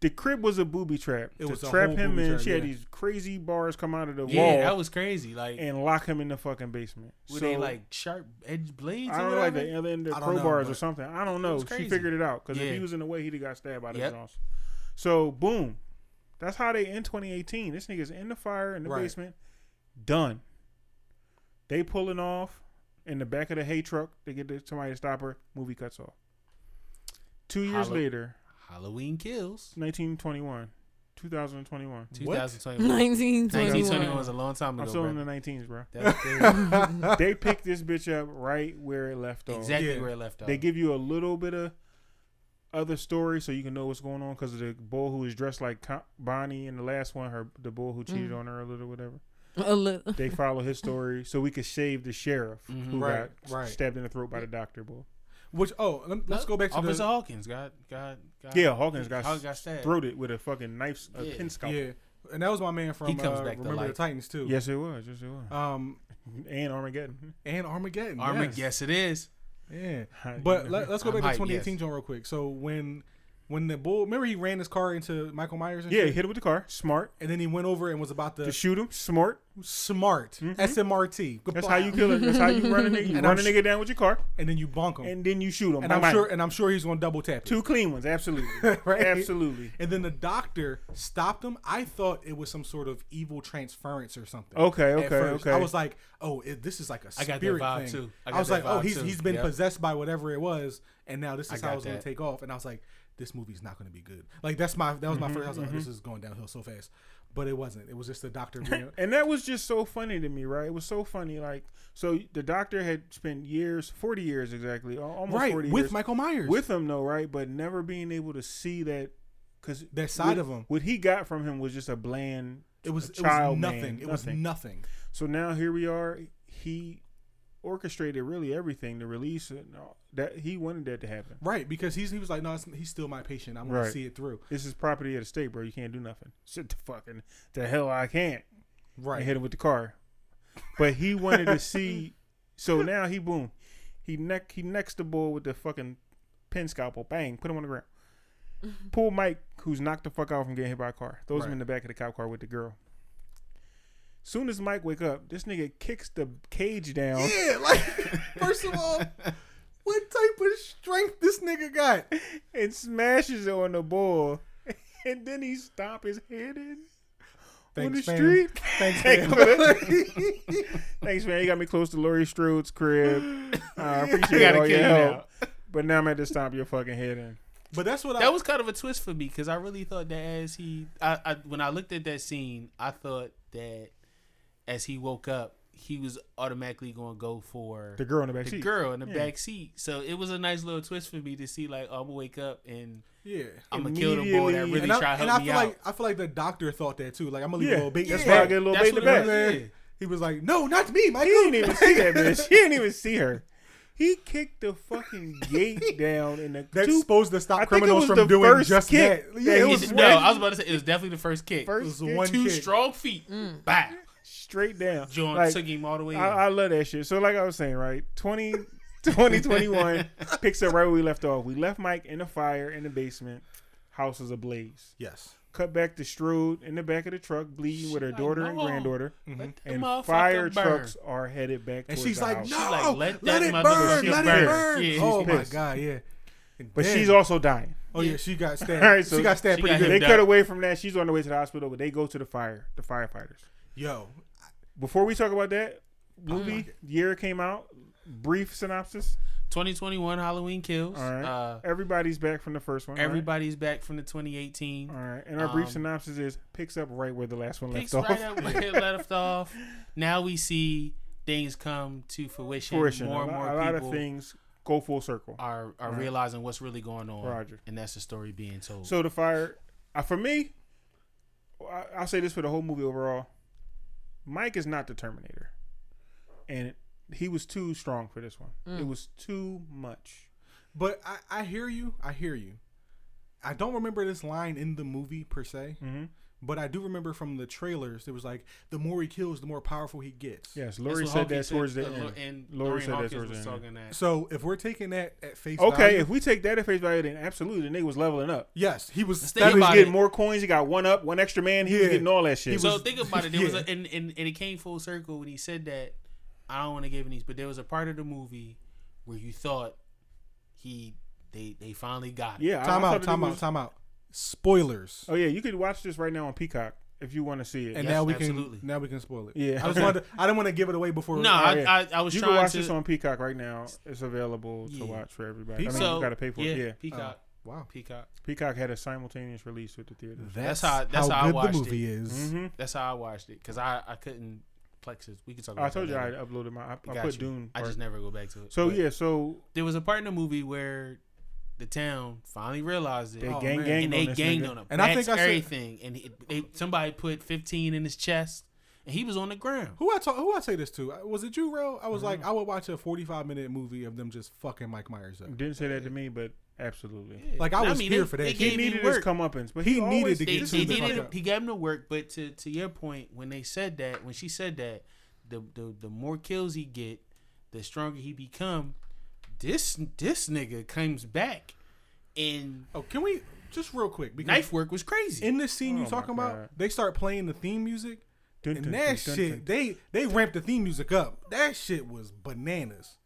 The crib was a booby trap. It to was a trap whole him booby in, trap, she had yeah. these crazy bars come out of the Yeah, wall that was crazy. Like, and lock him in the fucking basement. were so they like sharp edge blades? I or don't know, like whatever? the other end of I don't know, crowbars or but something. I don't know. was She crazy. figured it out because if Yeah. he was in the way, he'd have got stabbed by the Yep. Johnson. So boom, that's how they end 2018. This nigga's in the fire in the Right. basement. Done. They pulling off in the back of the hay truck. They get the- somebody to stop her. Movie cuts off. Two years Hollow- later, Halloween kills. 1921, 2021. 2021. 1921 1921. was a long time I'm ago. still in bro. the 19s, bro. That's crazy. they picked this bitch up right where it left off. exactly Yeah. where it left off. They give you a little bit of other story so you can know what's going on because of the bull who was dressed like Co- Bonnie in the last one, her the bull who cheated Mm. Mhm. on her a little whatever. A little. They follow his story so we could save the sheriff Mhm. who Right, got right. stabbed in the throat by the doctor bull. Which oh, let, us go back to Officer the Hawkins. Got, got, got Yeah, Hawkins got Hawkins got stabbed. Throated with a fucking knife, a Yeah. pin scalpel. yeah, and that was my man from He comes uh, back to Remember the life. Titans too. Yes, it was. Yes, it was. Um, and Armageddon. and Armageddon. Armageddon. yes. Yes, it is. Yeah. But let, us go I'm back to hyped, 2018 yes. John real quick. So when when the bull, remember he ran his car into Michael Myers and yeah, he shit? hit him with the car. Smart and then he went over and was about to to shoot him. Smart. smart Mhm. SMRT. That's Goodbye. how you kill it. That's how you run a nigga. You And run I'm a sh- nigga down with your car, and then you bonk him. And, and then you shoot him. I'm Bye-bye. sure and I'm sure he's gonna double tap you. Two clean ones, absolutely. Right? Absolutely. And then the doctor stopped him. I thought it was some sort of evil transference or something. Okay, at okay, first. okay. I was like, oh, it, this is like a I spirit got that vibe, thing. too. I I, got was that like, oh, vibe, he's too. he's been Yep. possessed by whatever it was, and now this I is how got it's gonna that. take off. And I was like, this movie's not gonna be good. Like that's my that was Mm-hmm, my first. I was like, oh, this is going downhill so fast. But it wasn't. It was just the doctor. Being, and that was just so funny to me, right? It was so funny. Like, so the doctor had spent years, 40 years exactly, al- almost right 40 with years Michael Myers. with him, though, right? But never being able to see that. Cause That side what- of him. What he got from him was just a bland it was it was child man, nothing. it was nothing. nothing. So now here we are. He orchestrated really everything to release it. and all- That he wanted that to happen. Right, because he's he was like, no, it's, he's still my patient. I'm gonna Right. see it through. This is property of the state, bro. You can't do nothing. Shit, the fucking the hell I can't. and Right. hit him with the car. But he wanted to see. So now he boom, he neck he necks the bull with the fucking pin scalpel. Bang, put him on the ground. Pull Mike, who's knocked the fuck out from getting hit by a car. Throws him Right. in the back of the cop car with the girl. Soon as Mike wake up, this nigga kicks the cage down. Yeah, like first of all, what type of strength this nigga got? and smashes it on the ball, and then he stomp his head in on the Thanks, fam. street. Thanks, Thanks, man. Thanks, man. You got me close to Laurie Strode's crib. I I appreciate gotta all kill your you help. now. But now I'm at to stomp your fucking head in. but that's what I That was kind of a twist for me because I really thought that as he, I, I when I looked at that scene, I thought that as he woke up, he was automatically going to go for The girl in the back the seat. girl in the Yeah. back seat. So it was a nice little twist for me to see, like, oh, I'm gonna wake up and yeah. I'm gonna kill the boy that Immediately- really And try to I, and help I me feel out. like I feel like the doctor thought that too. Like I'm gonna leave Yeah. a little bait. That's in the why I back. get a little That's bait in the what it back. was, yeah. He was like, "No, not me, Michael." He didn't even see that bitch. He didn't even see her. He kicked the fucking gate down in the That's two, supposed to stop I think it criminals was from the doing first just kick that. Yeah, that it he was did. It- one- no, I was about to say it was definitely the first kick. first it was kick, one Two kick. strong feet, back. straight down. John Like, took him all the way. I, in. I love that shit. So like I was saying, right? 20, 2021 picks up right where we left off. We left Mike in the fire in the basement. House is ablaze. Yes. Cut back to Strode in the back of the truck, bleeding with her She's daughter like, and "No." granddaughter. Let that And motherfucker fire burn. trucks are headed back. And towards she's the like, house. "No, She's like, let, "Let it that burn, motherfucker let it burn." burn." Yeah, oh she's my pissed. god, yeah. And But then- she's also dying. oh yeah, she got stabbed. All right, so she got stabbed she pretty got good. They hit. cut done. away from that. She's on the way to the hospital, but they go to the fire, the firefighters. Yo, Before we talk about that, movie like it. year came out. Brief synopsis. 2021 Halloween kills. All right. Uh, Everybody's back from the first one. right? everybody's back from the 2018. All right. And our brief Um, synopsis is picks up right where the last one Picks left off. right up where it left off. Now we see things come to fruition. Fruition. More a and lot, more a lot people of things go full circle. are are Right. realizing what's really going on. Roger. And that's the story being told. So the fire, uh, for me, I, I'll say this for the whole movie overall. Mike is not the Terminator, and he was too strong for Mm. this one. It was too much. but I, I hear you. I hear you. I don't remember this line in the movie per se, Mm-hmm. but I do remember from the trailers. There was like, the more he kills, the more powerful he gets. Yes, That's Lori what said Hawkins that towards the uh, Lo- end. And Lori Lori said that Hawkins towards was the end. talking that. So if we're taking that at face Okay, value- if we take that at face value, then absolutely, the nigga was leveling up. yes, he was. Let's He Think was about getting it. more coins. He got one up, one extra man. He was Yeah. getting all that shit. He so was- think about it. There was yeah. a, and, and and it came full circle when he said that. I don't want to give any, but there was a part of the movie where you thought he they they finally got it. yeah, I- time I out, thought time it out, was- time out. Spoilers. Oh yeah, you could watch this right now on Peacock if you want to see it. And yes, now we absolutely. can now we can spoil it. Yeah. I just wanted. To, I didn't want to give it away before. No, Oh, I, yeah. I I was you can trying watch to. this on Peacock right now. It's available Yeah. to watch for everybody. I mean, so you gotta pay for yeah, it. Yeah, Uh-huh. Peacock, wow. Peacock. Peacock had a simultaneous release with the theaters. That's how- that's how I good the watched movie is. hmm That's how I watched it because I I couldn't plex it. We could talk. About Oh, I told that you I later. uploaded my. I, I Got put you. Dune. I part. just never go back to it. so But yeah, so there was a part in the movie where the town finally realized it. they Oh, gang man. gang and they on this ganged nigga. on him. And And I I think I said- everything. And he, they, somebody put 15 in his chest, and he was on the ground. Who I talk, who I say this to? Was it you, Ro? I was Mm-hmm. like, I would watch a forty-five minute movie of them just fucking Mike Myers up. Didn't say that to me, but absolutely. Yeah. Like, I was here they- for that They shit. gave He him needed his work. comeuppance, but He he, needed always to They, get they him the fuck needed- up. he gave him the work, but to, to your point, when they said that, when she said that, the the, the more kills he get, the stronger he become. This this nigga comes back, and Oh, can we just real quick? Because knife work was crazy. in this scene Oh you my talking God. about, they start playing the theme music, Dun, and dun, that dun, dun, shit dun. they they ramped the theme music up. That shit was bananas.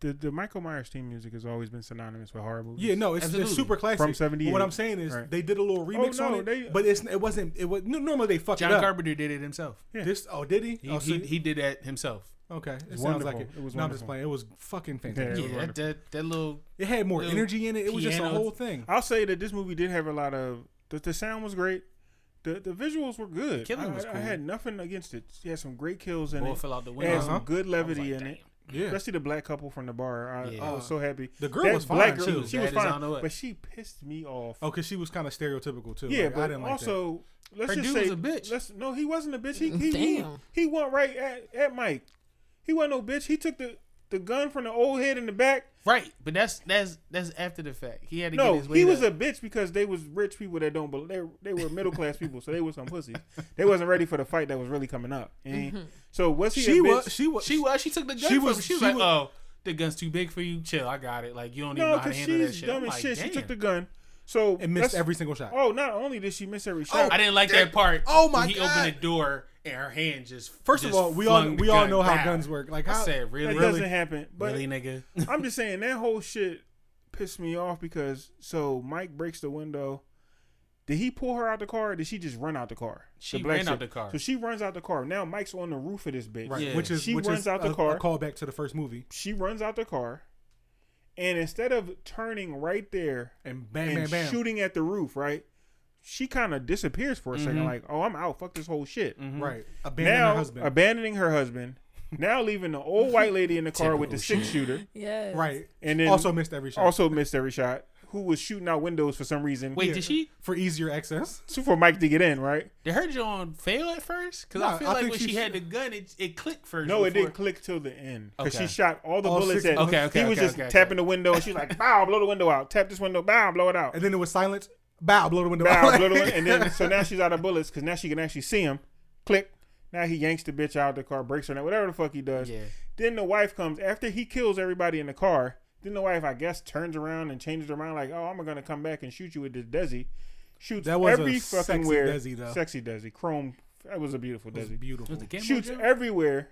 The, the Michael Myers theme music has always been synonymous with horror movies. Yeah, no, it's, it's Absolutely. super classic. From But 78. What I'm saying is Right. Oh, they did a little remix no, on it, they- uh, but it's it wasn't it was no, normally they fuck it John up. Carpenter did it himself. Yeah. This oh did he? He, oh, he, see? he did that himself. okay, it sounds wonderful. like it. It was no, I'm just wonderful. playing. It was fucking fantastic. It was Yeah, that, wonderful. that that little It had more Little energy in it. It was just a piano. whole thing. I'll say that this movie did have a lot of the, the sound was great. The the visuals were good. Killing I, was I- I cool. had nothing against it. It had some great kills in ball it. fell out the It window. had Uh-huh. some good I was levity like, in "Damn." it. Yeah, Especially the black couple from the bar. I, Yeah. I was so happy. the girl That was fine black too. girl, she was Bad as I fine, don't know what. but she pissed me off. Oh, because she was kind of stereotypical too. Yeah, Like, but I didn't like that. also let's Her just dude say was a bitch. Let's no, he wasn't a bitch. He he he, Damn. he went right at, at Mike. He wasn't no bitch. He took the the gun from the old head in the back. Right, but that's that's that's after the fact. He had to get No, his way. he was a bitch because they was rich people that don't. bel they they were middle class people, so they were some pussies. They wasn't ready for the fight that was really coming up. And So was he? she a bitch? was she was she was she took the gun She from was- him. She was she like, was- "Oh, the gun's too big for you. Chill, I got it. Like you don't even no, know how to because handle that she's shit." I'm dumb as like, shit. She "Damn." took the gun. So and missed that's- every single shot. Oh, not only did she miss every Oh, shot, I didn't like that- that part. oh my when he God. opened the door and her hand just. First of just all, we all flung the we all gun know how back. guns work. Like how I said, that "Really, doesn't happen. But really, nigga." I'm just saying that whole shit pissed me off because so Mike breaks the window. Did he pull her out the car? or Did she just run out the car? She black ran out chick. the car. So she runs out the car. Now Mike's on the roof of this bitch. right, Yeah. which is She which runs is out the a, car. a callback to the first movie She runs out the car, and instead of turning right there and bam and bam bam. shooting at the roof, right, she kind of disappears for a second. Mhm. Like, oh, I'm out. Fuck this whole shit. Right, Mm-hmm. abandoning now uh, her husband. abandoning her husband. Now leaving the old white lady in the car with the Typical six shooter, Yes. right, and then also missed every shot also missed every shot. Who was shooting out windows for some reason? Wait, Yeah. did she? for easier access. So for Mike to get in, right? Did her John fail at first? Because Nah, I feel I like think when she she, sh- had the gun, it, it clicked first. No, it before- didn't click till the end because Okay. she shot all the All bullets six at. bullets? Okay, he okay, was okay, just okay, okay. tapping the window, and she's like, "Bow, blow the window out. Tap this window, bow, blow it out, And then it was silence. Bow, blow the window. bow, out. blow the window." And then so now she's out of bullets because now she can actually see him. Click. Now he yanks the bitch out of the car, breaks her neck, whatever the fuck he does. Yeah. Then the wife comes after he kills everybody in the car. Then the wife, I guess, turns around and changes her mind, like, "Oh, I'm gonna come back and shoot you with this Desi." Shoots That was a every sexy fucking where Desi, though. sexy Desi, chrome. That was a beautiful It was Desi. beautiful. Was the camera shoots on? everywhere,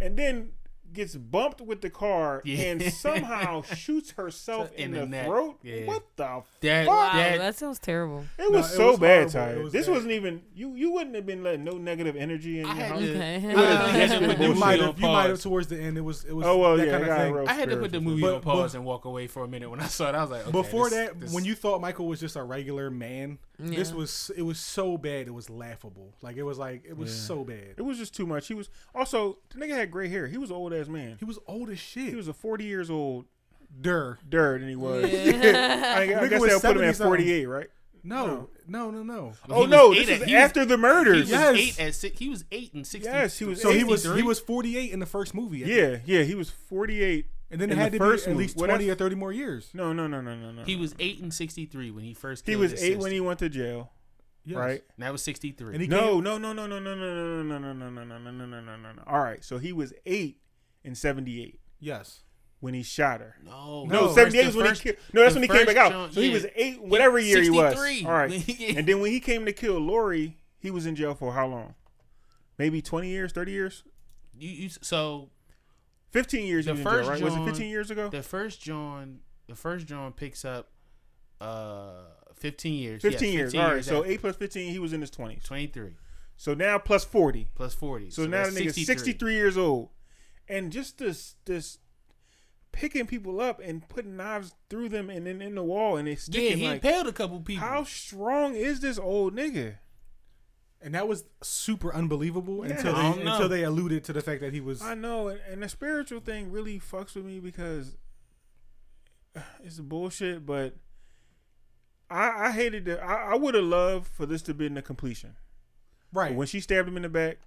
and then gets bumped with the car Yeah. and somehow shoots herself in, In the, the neck. throat. Yeah. What the? That, Wow, that, that sounds terrible. It No, was it so was horrible. bad, Ty. It was this bad. wasn't even you. You wouldn't have been letting no negative energy in I your had house. to. Okay. I Uh, had to put the you movie might on have you might have pause. towards the end. It was it was Oh well, that yeah, kind of I got thing. real I had to put the spiritual. movie But- on pause but- and walk away for a minute when I saw it. I was like, okay, Before this- that, this- when you thought Michael was just a regular man, this Yeah. was it was so bad it was laughable. Like it was like it was so bad. It was just too much. He was also the nigga had gray hair. He was an old ass man. He was old as shit. He was a forty years old der. dirt, and he was. I, I Nigga guess was they'll put him at 70-something. forty eight, right? No, no, no, no. When oh he was no, eight this is at- he was- after the he murders. was Yes. eight at six. He was eight and sixty. Yes, he was So he was 63? he was 48 in the first movie. Yeah, yeah, he was 48 And then it In the had to first be at movie- least what 20 if- or 30 more years. No, no, no, no, no, no. He was eight and sixty three when he first. he killed was his eight when sister. he went to jail, Yes. right? And that was sixty three. And he No, no, no, no, no, no, no, no, no, no, no, no, no, no, no, no, no, no, no. All right, so he was eight in '78 Yes. when he shot her. no, No, No, '78 was the when first- he ki- no, that's the when he came back first out. jump, so he yeah. was eight, whatever year he was. 63. All right, and then when he came to kill Lori, he was in jail for how long? Maybe 20 years, 30 years, you, you so 15 years. he The was in first jail, right? was it John- 15 years ago? the first John, the first John picks up, uh, fifteen years. 15 years. All right, so after. eight plus 15, he was in his 20s. twenty three So now plus 40. plus forty. So, now that's the nigga's 63. years old, and just this this picking people up and putting knives through them and then in the wall and they Yeah, sticking he like impaled a couple people. how strong is this old nigga? And that was super unbelievable Yeah. until I they don't know. until they alluded to the fact that he was I know, and, and the spiritual thing really fucks with me because it's bullshit. But I, I hated that. I, I would have loved for this to be in the completion. right When she stabbed him in the back,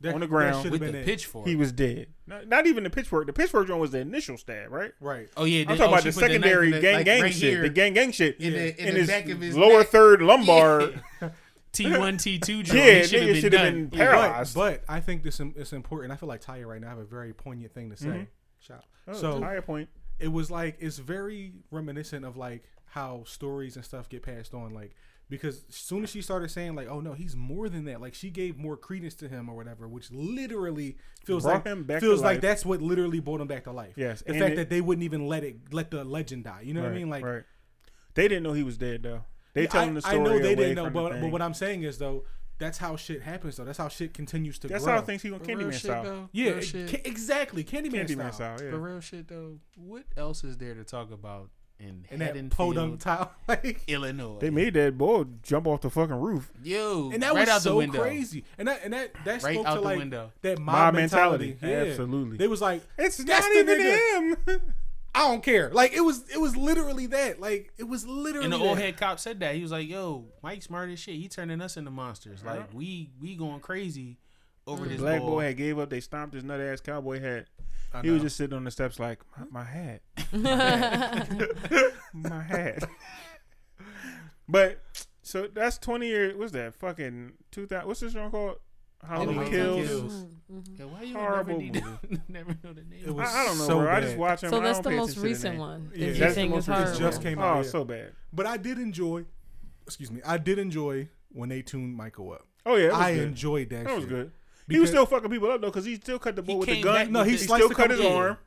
That- on the that ground. should've with been the it. pitchfork? he was dead. Not, not even the pitchfork. The pitchfork one was the initial stab, right? Right. Oh yeah, I'm then- talking oh, about she the put knife in secondary the- gang like, gang right shit, here the gang gang shit in Yeah. the, in in the his back of his lower neck. third lumbar. T one T two joint. Yeah, Yeah, should nigga have been shoulda done. been Yeah. paralyzed. But, but I think this im- is important. I feel like Taya right now have a very poignant thing to say. Mhm. Shout. Oh, so higher point. it was like it's very reminiscent of like how stories and stuff get passed on like because as soon as she started saying like oh no he's more than that like she gave more credence to him or whatever which literally feels Brought like him back feels to like life. that's what literally brought him back to life Yes, the and fact it- that they wouldn't even let it let the legend die you know what i mean like right. they didn't know he was dead though. They yeah, telling the I- story. i know they didn't know but, but, but what i'm saying is though that's how shit happens though that's how shit continues to that's grow how things he went For real Candyman shit, style. though, yeah real it- shit. ca- exactly candyman, Candyman style, style. For Yeah. real shit though, what else is there to talk about in and that podunk Haddonfield, tile like Illinois? They made that boy jump off the fucking roof. yo, and that right was out so the window. crazy. And that and that that Right spoke out to the like window. that My mob mentality. mentality. Yeah. Absolutely. They was like, it's That's not the even nigga. him. I don't care. Like it was it was literally that. Like it was literally And the old that. head cop said that he was like, "Yo, Mike's smart as shit. He turning us into monsters. Like we we going crazy over this Black boy. boy had gave up. They stomped his nut ass cowboy hat. I He was know. just sitting on the steps like my, my hat. my hat. but so that's twenty years. What's that fucking two thousand? What's this song called? Halloween Halloween Kills. Mm-hmm. Kills. Yeah, why you horrible never, need to, never know the name? It was- I, I don't know, so bro. I bad. just watch them. So I that's don't the pay most attention to the recent name. one. Yeah. If you That's the think most it's recent it hard. just came out. Oh, yeah. so bad. but I did enjoy excuse me, I did enjoy when they tuned Michael up. Oh yeah, that was I good. enjoyed that That was shit. good. he Because- was still fucking people up though, because he still cut the bull He with the came gun. back- No, he he sliced still the cut couple- his yeah. arm,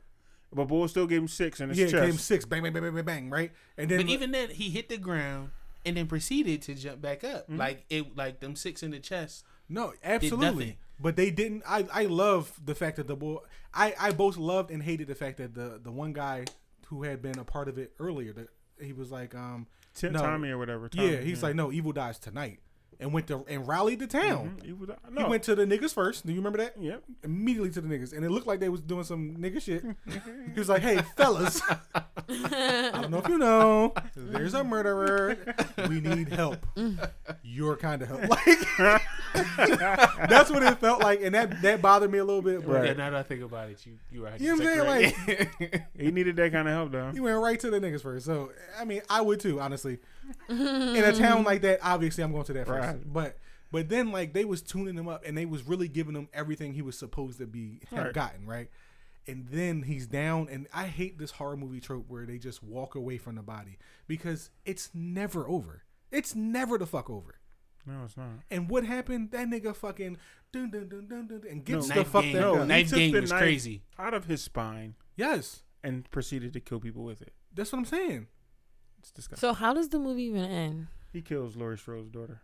but bull still gave him six in his Yeah, chest. game six, bang, bang, bang, bang, bang, bang, right? And then But even then, he hit the ground and then proceeded to jump back up, like it, like them six in the chest. No, absolutely. nothing. But they didn't. I I love the fact that the boy. I I both loved and hated the fact that the the one guy who had been a part of it earlier. That he was like, um, Tim no, Tommy or whatever. Tommy, yeah, he's like, no, evil dies tonight, and went to and rallied the town. Mhm, he was, no. He went to the niggas first. Do you remember that? Yep. Immediately to the niggas, and it looked like they was doing some nigga shit. he was like, "Hey, fellas, I don't know if you know, there's a murderer. We need help. Your kind of help." Like. That's what it felt like, and that that bothered me a little bit. But Right. Yeah, now that I think about it, you you right. You know what I'm saying? Like, He needed that kind of help though. he went right to the niggas first. So I mean, I would too, honestly. In a town like that, obviously, I'm going to that first. Right. But but then like they was tuning him up, and they was really giving him everything he was supposed to be have Right. gotten right. And then he's down, and I hate this horror movie trope where they just walk away from the body because it's never over. It's never the fuck over. No, it's not. And what happened? That nigga fucking dun dun dun dun dun, dun and gets No. the Knife fuck game. that No, gun. knife- he took game the was knife crazy. Out of his spine Yes, and proceeded to kill people with it. that's what I'm saying. It's disgusting. So how does the movie even end? he kills Laurie Strode's daughter.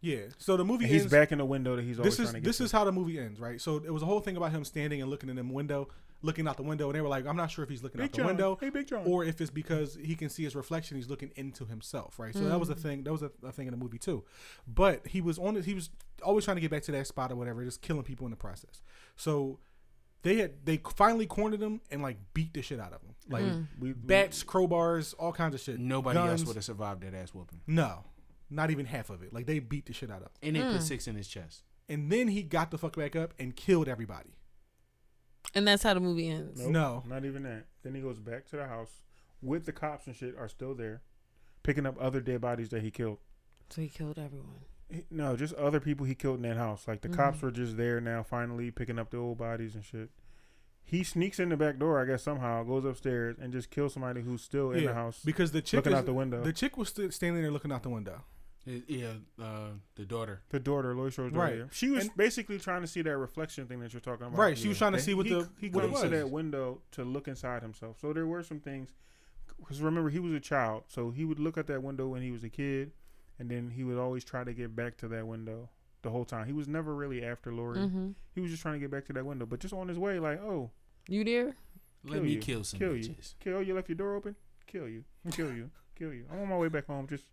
Yeah. So the movie And he's ends. back in the window that he's always This is trying to get. this to. is how the movie ends, right? So it was a whole thing about him standing and looking in the window, looking out the window, and they were like, "I'm not sure if he's looking out Big the John. window, Hey, Big John. or if it's because he can see his reflection. He's looking into himself, right? So that was a thing. That was a, a thing in the movie too. But he was on. it. He was always trying to get back to that spot or whatever, just killing people in the process. So they had they finally cornered him and like beat the shit out of him, Mm. like we, we- bats, crowbars, all kinds of shit. Nobody Guns. else would have survived that ass whooping. No, not even half of it. Like they beat the shit out of him. And they put six in his chest. And then he got the fuck back up and killed everybody. And that's how the movie ends. Nope, No. Not even that. Then he goes back to the house with the cops and shit are still there, picking up other dead bodies that he killed. So he killed everyone. He- No, just other people he killed in that house. Like the Mm-hmm. cops were just there now, finally picking up the old bodies and shit. He sneaks in the back door, I guess somehow, goes upstairs and just kills somebody who's still in Yeah, the house, because the chick looking is- out the window. the The, chick was st- standing there looking out the window. Yeah, uh, the daughter. daughter, Lois Shore's daughter. Right. yeah. She was And- basically trying to see that reflection thing that you're talking about. Right, she was trying to And see what he- the he what it comes to was. that window to look inside himself. So there were some things. Because remember, he was a child, so he would look at that window when he was a kid, and then he would always try to get back to that window the whole time. He was never really after Lori. Mm-hmm. He was just trying to get back to that window, but just on his way, like, oh, You there? Let Kill me you. kill some Kill you. bitches. kill you left your door open, kill you, kill you, kill you. I'm on my way back home, just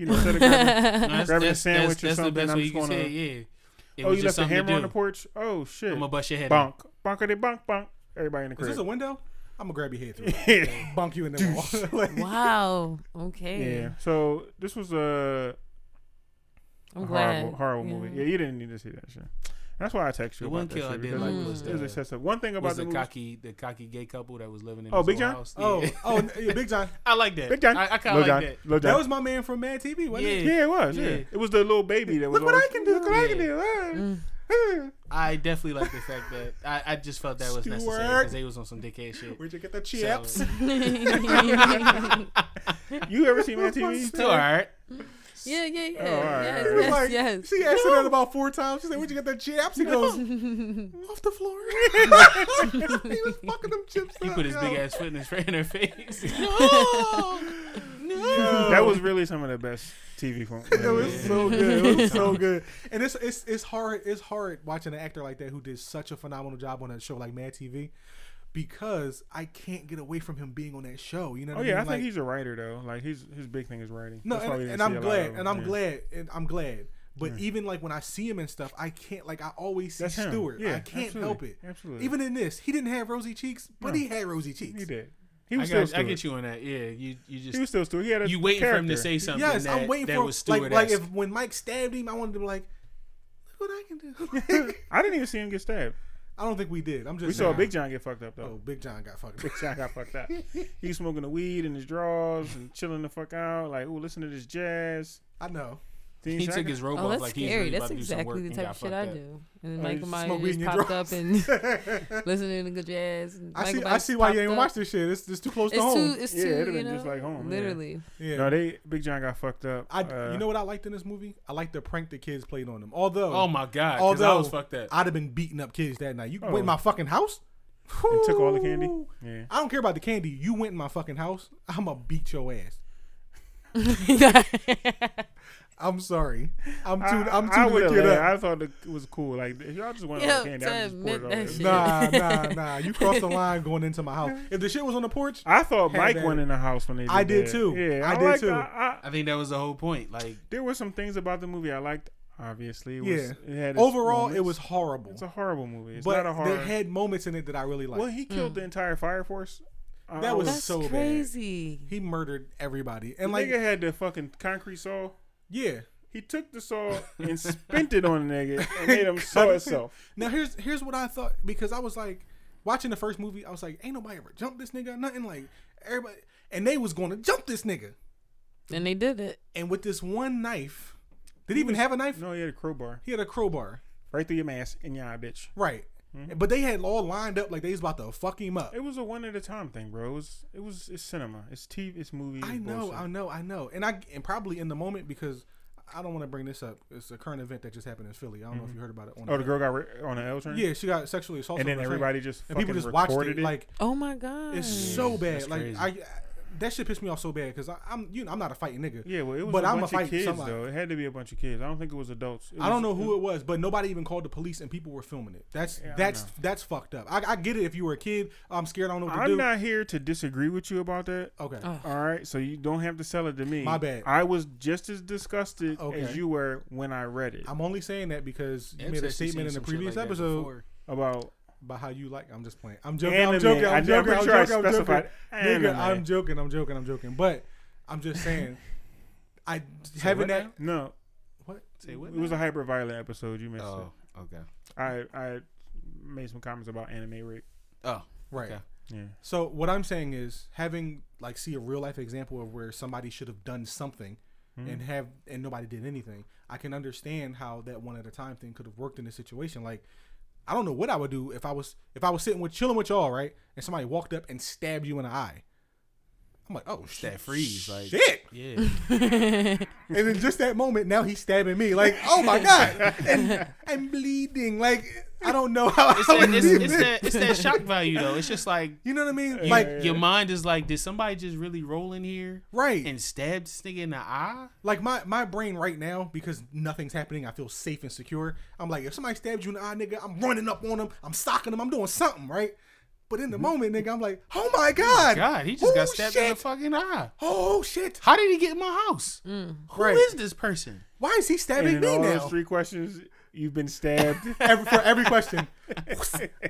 you know, instead of grabbing, No, that's- Grabbing a that's- sandwich that's- or that's the something, best I'm way just you can gonna- say it, yeah. It oh, was you left just the something to hammer on do. the porch. Oh shit, I'm gonna bust your head. in. bonk, bonk it, bonk, bonk. Everybody in the Is crib. this a window? I'm gonna grab your head through, it. bunk you in the wall. Like, Wow. Okay. yeah. So this was a, I'm a glad. horrible, horrible movie. Yeah, you didn't need to see that shit. That's why I text you The about one that kill shit I did because like Mm. was it was the, excessive. One thing was about the the movie, cocky the cocky gay couple that was living in. Oh, his Big little John? House. oh, Yeah. oh, yeah, Big John. I like that. Big John, I, I kind Lil of like John, that. Lil That John. was my man from Mad TV, wasn't it? Yeah. yeah, it was. Yeah. Yeah. it was the little baby that was. Look what always- I can do. Look what I can Yeah. do. Ah. Mm. I definitely like the fact that I, I just felt that was necessary Stuart. because they was on some dickhead shit. Where'd you get the chips? So, Mm. You ever seen Mad Look what I TV? it's all right. yeah, yeah, yeah. Oh, all right, yes, He all was yes, like, yes. she asked him that about four times. She said, "Where'd you get the chips?" He goes, "Off the floor." he was fucking them chips. He up, put his yo. big ass foot in his in her face. No, no. That was really some of the best TV from. It was so good. It was so good. And it's it's it's hard it's hard watching an actor like that who did such a phenomenal job on a show like Mad TV because I can't get away from him being on that show. You know what Oh I yeah, I mean? think Like- he's a writer though. Like his his big thing is writing. No, That's why we and, and didn't see a I'm lot glad, of and him. I'm Yeah. glad, and I'm glad. But even like when I see him and stuff, I can't like I always see That's him. Stewart. Yeah, I can't absolutely. help it. Absolutely. Even in this, he didn't have rosy cheeks, but No. he had rosy cheeks. he did. He I, was still. got, I Stewart. get you on that. Yeah, you you He was just still Stewart. He had a you waiting for him to character. say something. Yes, that, I'm waiting that for was like like Stewart-esque. if when Mike stabbed him, I wanted to be like, look what I can do. I didn't even see him get stabbed. I don't think we did. I'm just We saw Nah. Big John get fucked up Oh, though. Big John got fucked. Big John got fucked up. He was smoking the weed in his drawers and chilling the fuck out. Like, ooh, listen to this jazz. I know. Then he said, took "I his robe Oh, off that's like he's scary. really That's about to do some work exactly the and type got of shit fucked I up. do. And then Oh, Michael you smoke Myers weed in just your popped drawers. up and listening to good jazz. and I Michael see. I Myers see why you popped ain't up. watch this shit. It's, it's too close to It's home. too. It's Yeah, too. it'd have you been know, just like home, yeah. Literally. yeah. No, they Big John got fucked up. I, Uh, you know what I liked in this movie? I liked the prank the kids played on him. Although, Oh my god, because I although was fucked up. I'd have been beating up kids that night. You Oh. went in my fucking house And took all the candy? Whoo! Yeah. I don't care about the candy. You went in my fucking house. I'ma beat your ass. I'm sorry. I'm too. I, am too I would've wicked laughed. up. I thought it was cool. Like, if y'all just want Yo, to candy, I to just poured it admit on that it. shit. Nah, nah, nah. You crossed the line going into my house. If the shit was on the porch, I thought Had Mike that. went in the house when they. Did I did that. too. Yeah, I did liked- too. I- I- I think that was the whole point. Like there were some things about the movie I liked. Obviously, it was, Yeah. It had its overall it moments. was horrible. It's a horrible movie. It's but not a horror. they had moments in it that I really liked. well, he Hmm. killed the entire fire force. Uh, I- That I was That's so bad. crazy. he murdered everybody, The and like, nigga had the fucking concrete saw. yeah. He took the saw and spent it on the nigga and made him saw itself. Now here's here's what I thought because I was like watching the first movie, I was like, ain't nobody ever jumped this nigga, or nothing like everybody, and they was going to jump this nigga, And they did it. and with this one knife, did he even have a knife? No, he had a crowbar He had a crowbar, right through your mask and your eye, bitch. right? But they had all lined up like they was about to fuck him up. Mm-hmm. It was a one at a time thing, bro. It was it was it's cinema. It's TV. It's movie. I it's know, bullshit. I know, I know, and I and probably in the moment because I don't want to bring this up. It's a current event that just happened in Philly. I don't know if you heard about it. On Oh, the girl got re- on an L train. Yeah, she got sexually assaulted. And then on the train. everybody just and people fucking just watched it. recorded it. Like Oh my god. it's so bad. that's Like crazy. I, I- that shit pissed me off so bad because I'm you know I'm not a fighting nigga. Yeah, well, it was But a I'ma bunch fight of kids somebody. though. It had to be a bunch of kids. I don't think it was adults. It I don't was- know who it was, but nobody even called the police, and people were filming it. That's Yeah, I that's know. that's fucked up. I, I get it if you were a kid. I'm scared. I don't know what to I'm do. not here to disagree with you about that. okay. Oh. All right, so you don't have to sell it to me. My bad. I was just as disgusted Okay. as you were when I read it I'm only saying that because you Ed's made a actually seen statement in the some shit previous like that episode before. about about how you like. I'm just playing. I'm joking. anime. I'm joking. I'm I- joking. pretty I'm sure I joking. I'm joking. specified Nigga, anime. I'm joking. I'm joking. I'm joking. But I'm just saying, I having what that. now? no. What? Say what? It was a now? hyper violent episode. You missed oh okay. it. I I made some comments about anime rape. Oh, Right. Okay. Yeah. So what I'm saying is having like see a real life example of where somebody should have done something and have and nobody did anything. I can understand how that one at a time thing could have worked in this situation. Like I don't know what I would do if I was if I was sitting with chilling with y'all, right? And somebody walked up and stabbed you in the eye. I'm like, oh shit. that freeze, like- shit. yeah. and in just that moment, now he's stabbing me. Like, oh my god, and I'm bleeding. Like, I don't know how. It's I would that, it's, do it's this. that, it's that shock value though. It's just like You know what I mean? Yeah. Like, your mind is like, did somebody just really roll in here right? and stab this nigga in the eye? like my my brain right now because nothing's happening. I feel safe and secure. I'm like, if somebody stabbed you in the eye, nigga, I'm running up on them. I'm socking them. I'm doing something, right? But in the moment, nigga, I'm like, oh my god, Mm-hmm. God, he just Oh, got stabbed in the shit. fucking eye. oh shit, How did he get in my house? Who is Right. this person? why is he And stabbing in me all now? those three questions, you've been stabbed. Every, for every question,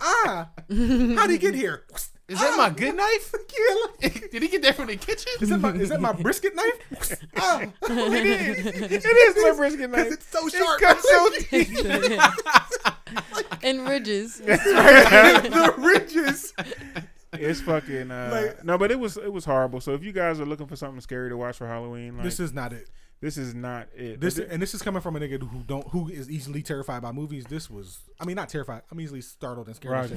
ah, how would he get here? Is that my good knife? Yeah, like- did he get that from the kitchen? Is that, my, is that my brisket knife? Ah, it is. It is my brisket knife. 'Cause It's so It sharp. cuts so deep. and ridges. the ridges. it's fucking uh, Like- no, but it was it was horrible. So if you guys are looking for something scary to watch for Halloween, like, This this is is not it. this is not it. This But thi- and this is coming from a nigga who don't who is easily terrified by movies. This was I mean not terrified. I'm easily startled and scared. by shit Roger.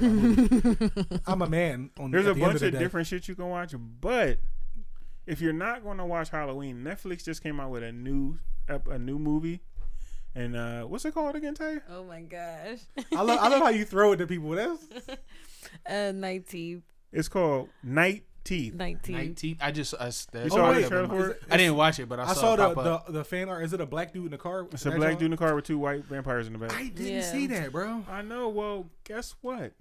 by movies. I'm a man. On there's at a the bunch end of, the of day. different shit you can watch, but if you're not going to watch Halloween, Netflix just came out with a new ep- a new movie, and uh, what's it called again, Tay? oh my gosh. I love I love how you throw it to people. That's oh, Uh, night teeth. It's called Night Teeth. Night teeth. 19. I just I, s- that- You Oh, saw wait. the trailer for Is it? it- I didn't watch it, but I, I saw, saw it the, pop up. the the fan art. Is it a black dude in the car? It's a That black y'all- dude in the car with two white vampires in the back. I didn't Yeah. see that, bro. I know. Well, guess what?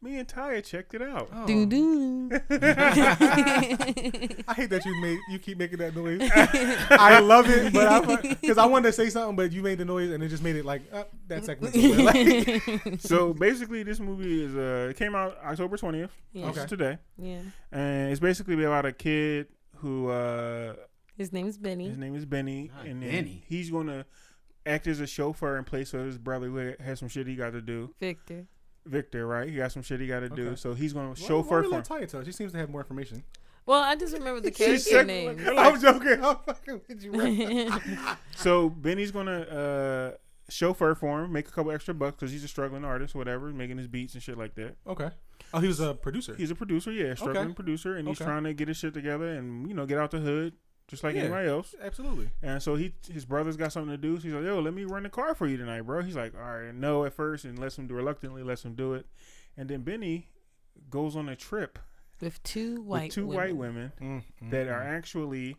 Me and Taya checked it out. Oh. Doo doo. I hate that you made you keep making that noise. I love it, but I because I wanted to say something, but you made the noise and it just made it like uh, that segment. Like, so basically, this movie is uh, it came out October twentieth, yeah. which is Okay. today, yeah. and it's basically about a kid who uh, His name is Benny. his name is Benny, Not and then Benny. he's gonna act as a chauffeur in place of his brother who has some shit he got to do. Victor. Victor, right? He got some shit he got to do, Okay. so he's gonna Why- why chauffeur we for. let him. Taya tell? She seems to have more information. Well, I just remember the She character said- name. I'm joking. I'm fucking with you. bro. So Benny's gonna uh, chauffeur for him, make a couple extra bucks because he's a struggling artist, whatever, making his beats and shit like that. Okay. Oh, he was a producer. He's a producer, yeah, a struggling Okay. producer, and he's Okay. trying to get his shit together and you know get out the hood just like Yeah. anybody else. Absolutely. And so he his brother's got something to do. So he's like, "Yo, let me run the car for you tonight, bro." He's like, "All right, no," at first, and lets him do reluctantly lets him do it. And then Benny goes on a trip With two white with two women. white women that are actually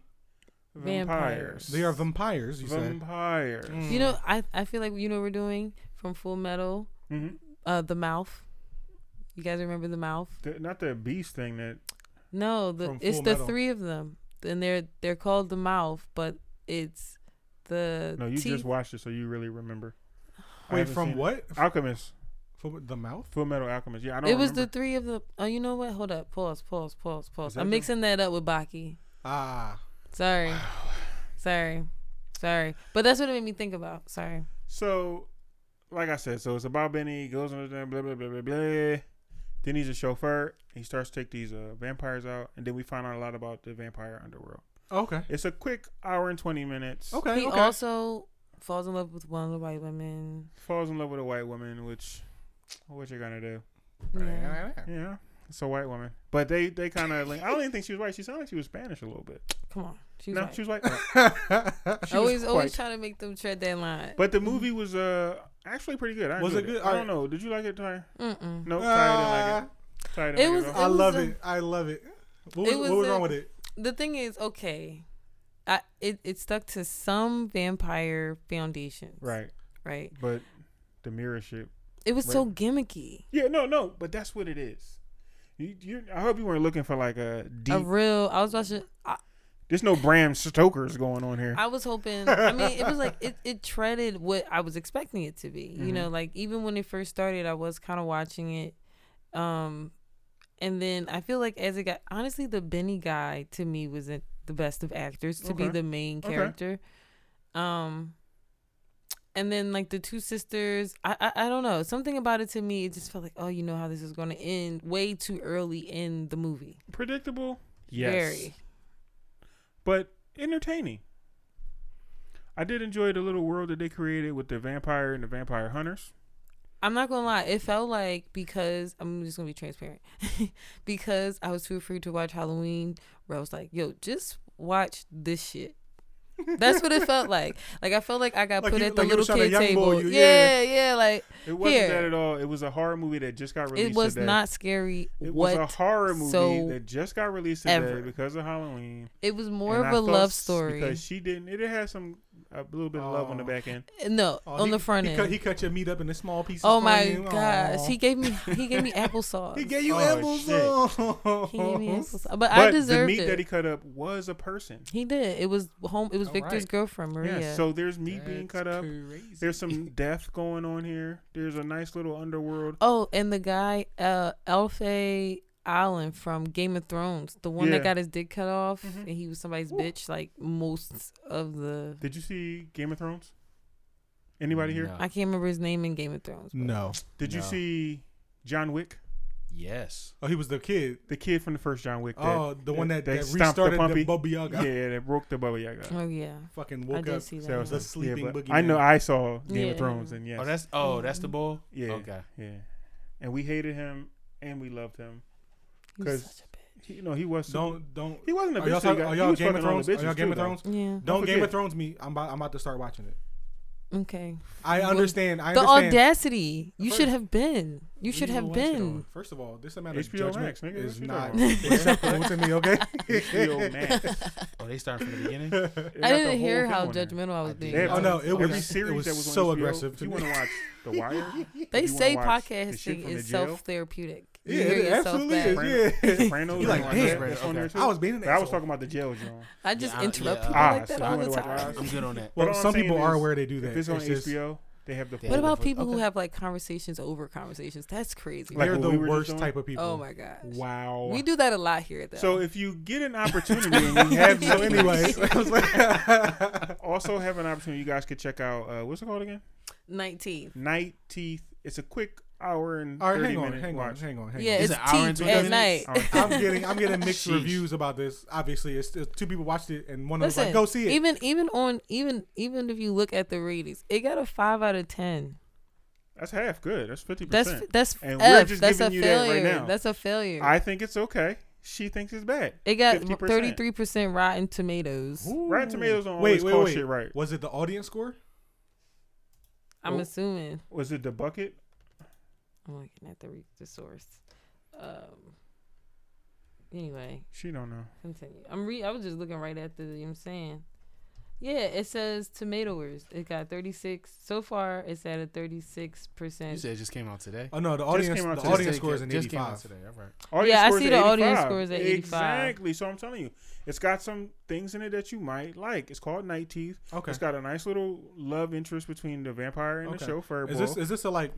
vampires. Vampires. Mm-hmm. They are vampires. You said. vampires. You know, I, I feel like you know what we're doing from Full Metal, Mhm. uh, the mouth. You guys remember the mouth? The- not the beast thing that No, the From it's Full the Metal. three of them, and they're they're called the mouth, but it's the no you teeth. just watched it so you really remember I Wait, haven't from seen it. what? alchemist From the mouth? full metal alchemist yeah i don't it was the remember. three of the. Oh, you know what? Hold up. Pause. Pause. Pause. Pause. that I'm the- mixing that up with Baki. Ah. Sorry. Sorry. Sorry. But that's what it made me think about. Sorry. so like i said so it's about benny he goes on the blah blah blah blah blah then he's a chauffeur he starts to take these uh, vampires out and then we find out a lot about the vampire underworld Okay. it's a quick hour and 20 minutes Okay. he okay. also falls in love with one of the white women. falls in love with a white woman which what you gonna do Yeah. yeah it's a white woman but they they kind of like i don't even think she was white she sounded like she was spanish a little bit Come on. She's no white. she was white She was always always white. trying to make them tread that line. But the movie was uh actually pretty good. I Was it enjoyed good? I Alright. don't know. Did you like it, Ty? Mm-mm. No, Ty Ah, didn't like it. Ty didn't It like was- at all. I was love a- it. I love it. What was, it was what was a- wrong with it? The thing is, okay, I it, it stuck to some vampire foundations, right, Right. but the mirror shit. It was so gimmicky. Yeah, no, no, but that's what it is. You, you, I hope you weren't looking for like a deep. A real. I was watching. I, there's no Bram Stoker's going on here. I was hoping. I mean, it was like it, it treaded what I was expecting it to be. Mm-hmm. You know, like even when it first started, I was kind of watching it. Um, and then I feel like as it got, honestly, the Benny guy to me wasn't the best of actors to be Okay. the main Okay. character. Um, and then like the two sisters I, I i don't know something about it to me it just felt like oh you know how this is going to end way too early in the movie Predictable, yes, but entertaining. I did enjoy the little world that they created with the vampire and the vampire hunters. i'm not gonna lie it felt like because i'm just gonna be transparent because i was too afraid to watch halloween where i was like yo just watch this shit that's what it felt like. Like I felt like I got Like put you- at the like you little was trying to kid young boy table. you, yeah. yeah, like It wasn't Here. that at all. It was a horror movie that just got released. it was today. not scary. It what was a horror movie so that just got released today ever. because of Halloween. it was more And of I a felt love s- story. because she didn't. It had some a little bit of love on the Oh. back end. no, Oh, on he- the front he end. Cut, he cut your meat up into small pieces. oh for my you. gosh, Aw. he gave me he gave me applesauce. He gave you Oh, apples. shit. oh. He gave me applesauce, but, But I the deserved meat it. that he cut up was a person. He did. It was home. It was All Victor's right. girlfriend Maria. Yeah. So there's meat being That's cut up. crazy. There's some death going on here. There's a nice little underworld. oh, and the guy, uh, Alfie Allen from Game of Thrones, the one Yeah. that got his dick cut off, Mm-hmm. Mhm. and he was somebody's Woo. bitch. Like most of the, Did you see Game of Thrones? Anybody here? No. I can't remember his name in Game of Thrones. but- No. Did you No. see John Wick? Yes. Oh, he was the kid. The kid from the first John Wick. That, Oh, the one that, that that, stomped the restarted the puppy. Bubba Yaga. yeah, that broke the Baba Yaga. Oh yeah, Fucking I woke did up. see So that. was the one. Yeah, sleeping but boogeyman. I know I saw Game Yeah. of Thrones, and yes, Oh, that's oh, that's the ball. yeah, Okay. yeah. And we hated him, and we loved him. He was 'cause- such a He, you know, he was. Don't don't. he wasn't a Are bitch. y'all, till he talking, got- are he y'all was Game of fucking on Thrones? the Are bitches y'all Game too, of though. Thrones? bitch. Don't Game forget. of Thrones me. I'm about, I'm about to start watching it. Yeah. Okay. I Well, understand. I the understand. audacity. You should First- have been. You should Leave have Alaska alone. been. First of all, this amount of HBO judgment Max, nigga, is what you not talking about? acceptable to me. Okay. HBO Max. Oh, they start from the beginning. They I got the didn't hear whole how film on there. judgmental I was I being. did. Oh no, it every was series it was that was on so HBO, aggressive to You me. want to watch The Wire? They you say wanna watch the shit podcasting from the is jail? self therapeutic. Yeah, it absolutely back. is. Yeah. Sopranos, You and like, all that. damn. That's on there too. I was being an But I was asshole. talking about the jail joint. I just Yeah, I- interrupt yeah, people I- like that so I all know the what I- time. I'm good on that. What Well, I'm some saying people are is, aware they do that. If it's on just- HBO, they have the What whole What about Okay. people who have like conversations over conversations? That's crazy. Like they're what the we were just worst doing? type of people. oh my gosh. Wow. We do that a lot here though. So if you get an opportunity and you have So anyway, I was like- also have an opportunity, you guys could check out uh, what's it called again? 19. Night Teeth. It's a quick hour and all right, thirty hang on, minute hang on, watch. hang on, hang Yeah, on. Is it's it hour and teeth 20 at night. minutes? I'm getting I'm getting mixed Sheesh. reviews about this. Obviously, it's, it's two people watched it and one of them Listen, was like, "Go see it." even even on even even if you look at the ratings, it got a five out of ten. That's half good. That's fifty That's percent. that's And we're F. just That's a giving you that right failure. now. that's a failure. I think it's okay. She thinks it's bad. it got 50%. thirty three percent Rotten Tomatoes. Rotten Tomatoes don't Wait, always wait, call wait. shit right. Was it the audience score? I'm Oh. assuming. Was it the bucket? I'm looking at the re- the source. Um. Anyway, She don't know. continue. I'm re. I was just looking right at the. You know what I'm saying. Yeah, it says tomatoes. It got 36. So far, it's at a 36 You percent. said it just came out today. Oh no, the audience came out the today. audience Just score is came- an just eighty came out five. today. All right. Audience I scores see at the audience 85. scores at 85. Exactly. So I'm telling you, it's got some things in it that you might like. It's called Night Teeth. Okay. It's got a nice little love interest between the vampire and Okay. the chauffeur. Is this is this a like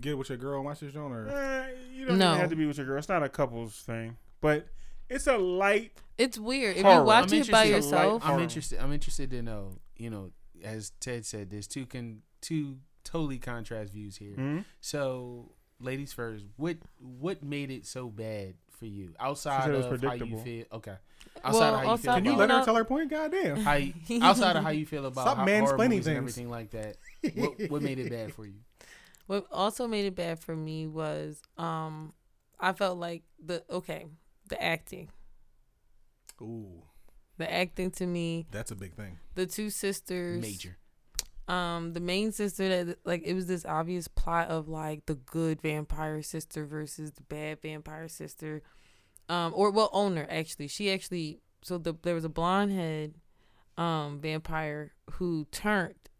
get with your girl and watch this joint or Eh, you don't No. even have to be with your girl. It's not a couples thing, but it's a light. It's weird. If Horror. you watch I'm it by interested. yourself, Horrible. I'm interested. I'm interested to know. You know, as Ted said, there's two can two totally contrast views Mm. here. Hmm? So, ladies first. What what made it so bad for you She outside said it was of how you predictable. feel? Okay, Well, outside of how outside- Can you you feel let about her No. tell her point? Goddamn. how you, outside of how you feel about Stop how, horror mansplaining movies things. and everything like that. What what made it bad for you? What also made it bad for me was um I felt like the okay, the acting. Ooh, The acting to me, that's a big thing. the two sisters, Major. um, the main sister that like it was this obvious plot of like the good vampire sister versus the bad vampire sister, um, or well owner actually. She actually so the there was a blonde head, um, vampire who turned,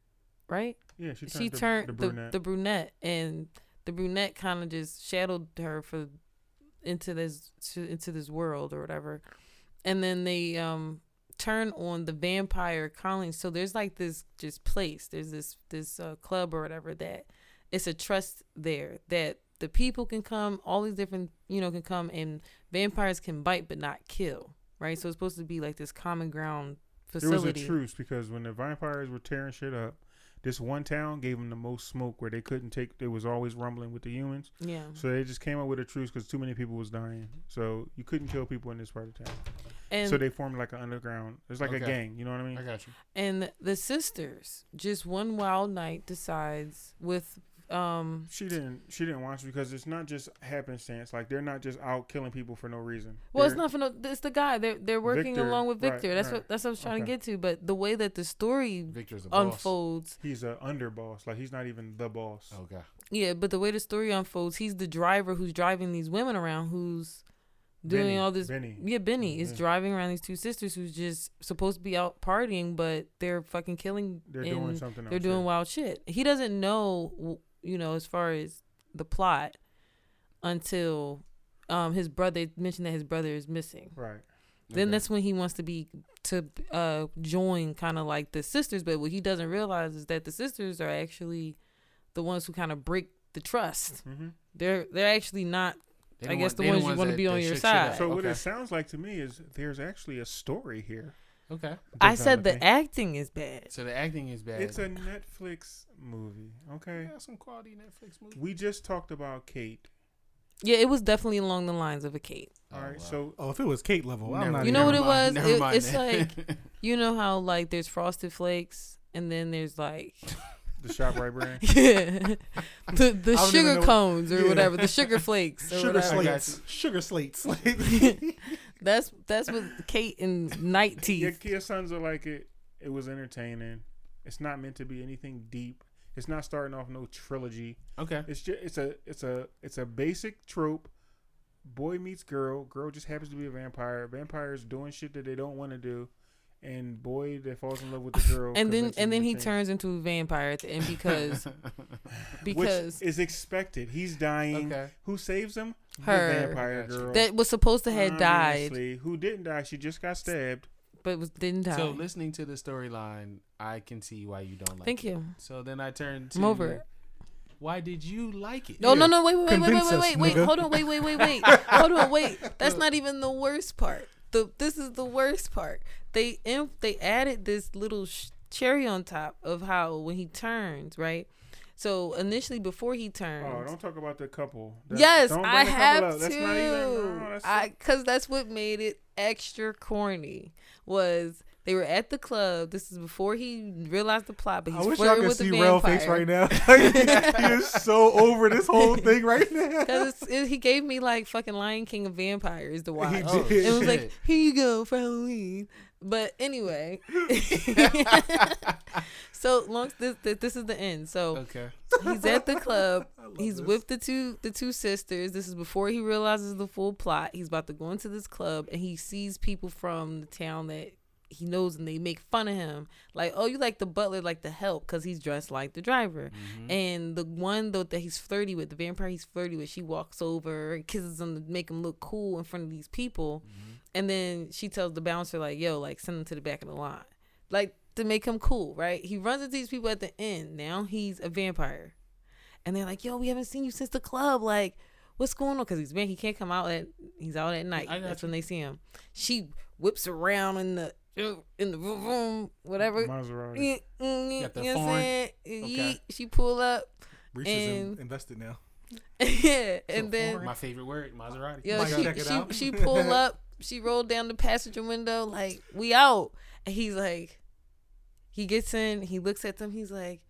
right? Yeah, she turned, she the, turned the the, brunette. the brunette, and the brunette kind of just shadowed her for into this to- into this world or whatever. And then they um turn on the vampire Collins. So there's like this just place. There's this this uh, club or whatever that it's a trust there that the people can come. All these different you know can come and vampires can bite but not kill. Right. So it's supposed to be like this common ground there was a facility. truce because when the vampires were tearing shit up, This one town gave them the most smoke where they couldn't take. They was always rumbling with the humans, Yeah. so they just came up with a truce because too many people was dying. So you couldn't kill people in this part of town. And so they formed like an underground. It's like a Okay. gang. You know what I mean? I got you. and the sisters just one wild night decides with um She didn't. She didn't watch because it's not just happenstance. Like they're not just out killing people for no reason. well it's They're- not for no it's the guy they're they're working Victor, along with right, Victor that's right. what that's what I was trying Okay. to get to but the way that the story Victor's the boss. unfolds He's a underboss. Like he's not even the boss. Oh. Okay. yeah but the way the story unfolds he's the driver who's driving these women around who's doing Benny- all this Benny. yeah Benny is Yeah. driving around these two sisters who's just supposed to be out partying but they're fucking killing They're and doing something. they're else, doing yeah. wild shit. He doesn't know, w- you know, as far as the plot until um his brother mentioned that his brother is missing. Right. Then Okay. that's when he wants to be to uh join kind of like the sisters, but what he doesn't realize is that the sisters are actually the ones who kind of break the trust. hmm They're they're actually not They I don't guess want- the they ones you wanna that- be that on your shook shit up. side. So what okay. it sounds like to me is there's actually a story here. okay. I said the developing. acting is bad. So the acting is bad. It's a Netflix movie. Okay. Yeah, some quality Netflix movie. We just talked about Kate. Yeah, it was definitely along the lines of a Kate. All right. So Oh, if it was Kate level, I'm Never- not. You know even- what it was? never mind, never It- mind it's that. You know how like there's frosted flakes and then there's like the shop right brand. yeah. I The the don't even know sugar what- cones or Yeah. whatever, the sugar flakes or Sugar whatever. I got slates. Sugar slates. That's that's what Kate and Night Your, Teeth. your sons are like it. It was entertaining. It's not meant to be anything deep. It's not starting off no trilogy. okay. It's just it's a it's a it's a basic trope. Boy meets girl. Girl just happens to be a vampire. Vampires doing shit that they don't want to do, and boy that falls in love with the girl. And then convinces and then the he thing. turns into a vampire at the end because because which is expected. He's dying. Okay. Who saves him? Her. the vampire Gotcha. girl that was supposed to have died Obviously, Who didn't die? She just got stabbed. but was didn't die. So listening to the storyline, I can see why you don't like Thank it. you. So then I turned to I'm over it. Why did you like it? No, no, no, wait, wait, wait, wait, Convince wait, us, wait, wait, nigga. hold on, wait, wait, wait, wait, hold on, wait. That's not even the worst part. The this is the worst part. They in, they added this little sh- cherry on top of how when he turns right. So initially, before he Oh, turns, don't talk about the couple. That's- yes, don't bring I the couple have up. to. That's not even. No, that's I because that's what made it extra corny was. They were at the club. This is before he realized the plot, but I he's wish y'all flirting could with the see vampire. Rail face right now. he is so over this whole thing right now. Because it, he gave me like fucking Lion King of Vampires to watch. Oh, it was like, shit. here you go for Halloween. But anyway, so long. This, this this is the end. So Okay. he's at the club. I love He's this. with the two the two sisters. This is before he realizes the full plot. He's about to go into this club and he sees people from the town that he knows and they make fun of him. Like, oh, you like the butler, like the help, because he's dressed like the driver. Mm-hmm. And the one though that he's flirty with, the vampire he's flirty with, she walks over and kisses him to make him look cool in front of these people. Mm-hmm. And then she tells the bouncer, like, yo, like send him to the back of the line. Like to make him cool, right? He runs into these people at the end. Now he's a vampire. And they're like, yo, we haven't seen you since the club. Like, what's going on? Because he's been, he can't come out at, he's out at night. I got That's when they see him. She whips around in the, in the room, whatever. Maserati. Mm, mm, Got the you know what I'm foreign- saying? Okay. Yeet. She pull up. Reese is in, And- invested now. yeah, and then My favorite word, Maserati. yo, Might check she it she, out. she pull up, she rolled down the passenger window like we out, and he's like, he gets in, he looks at them, he's like,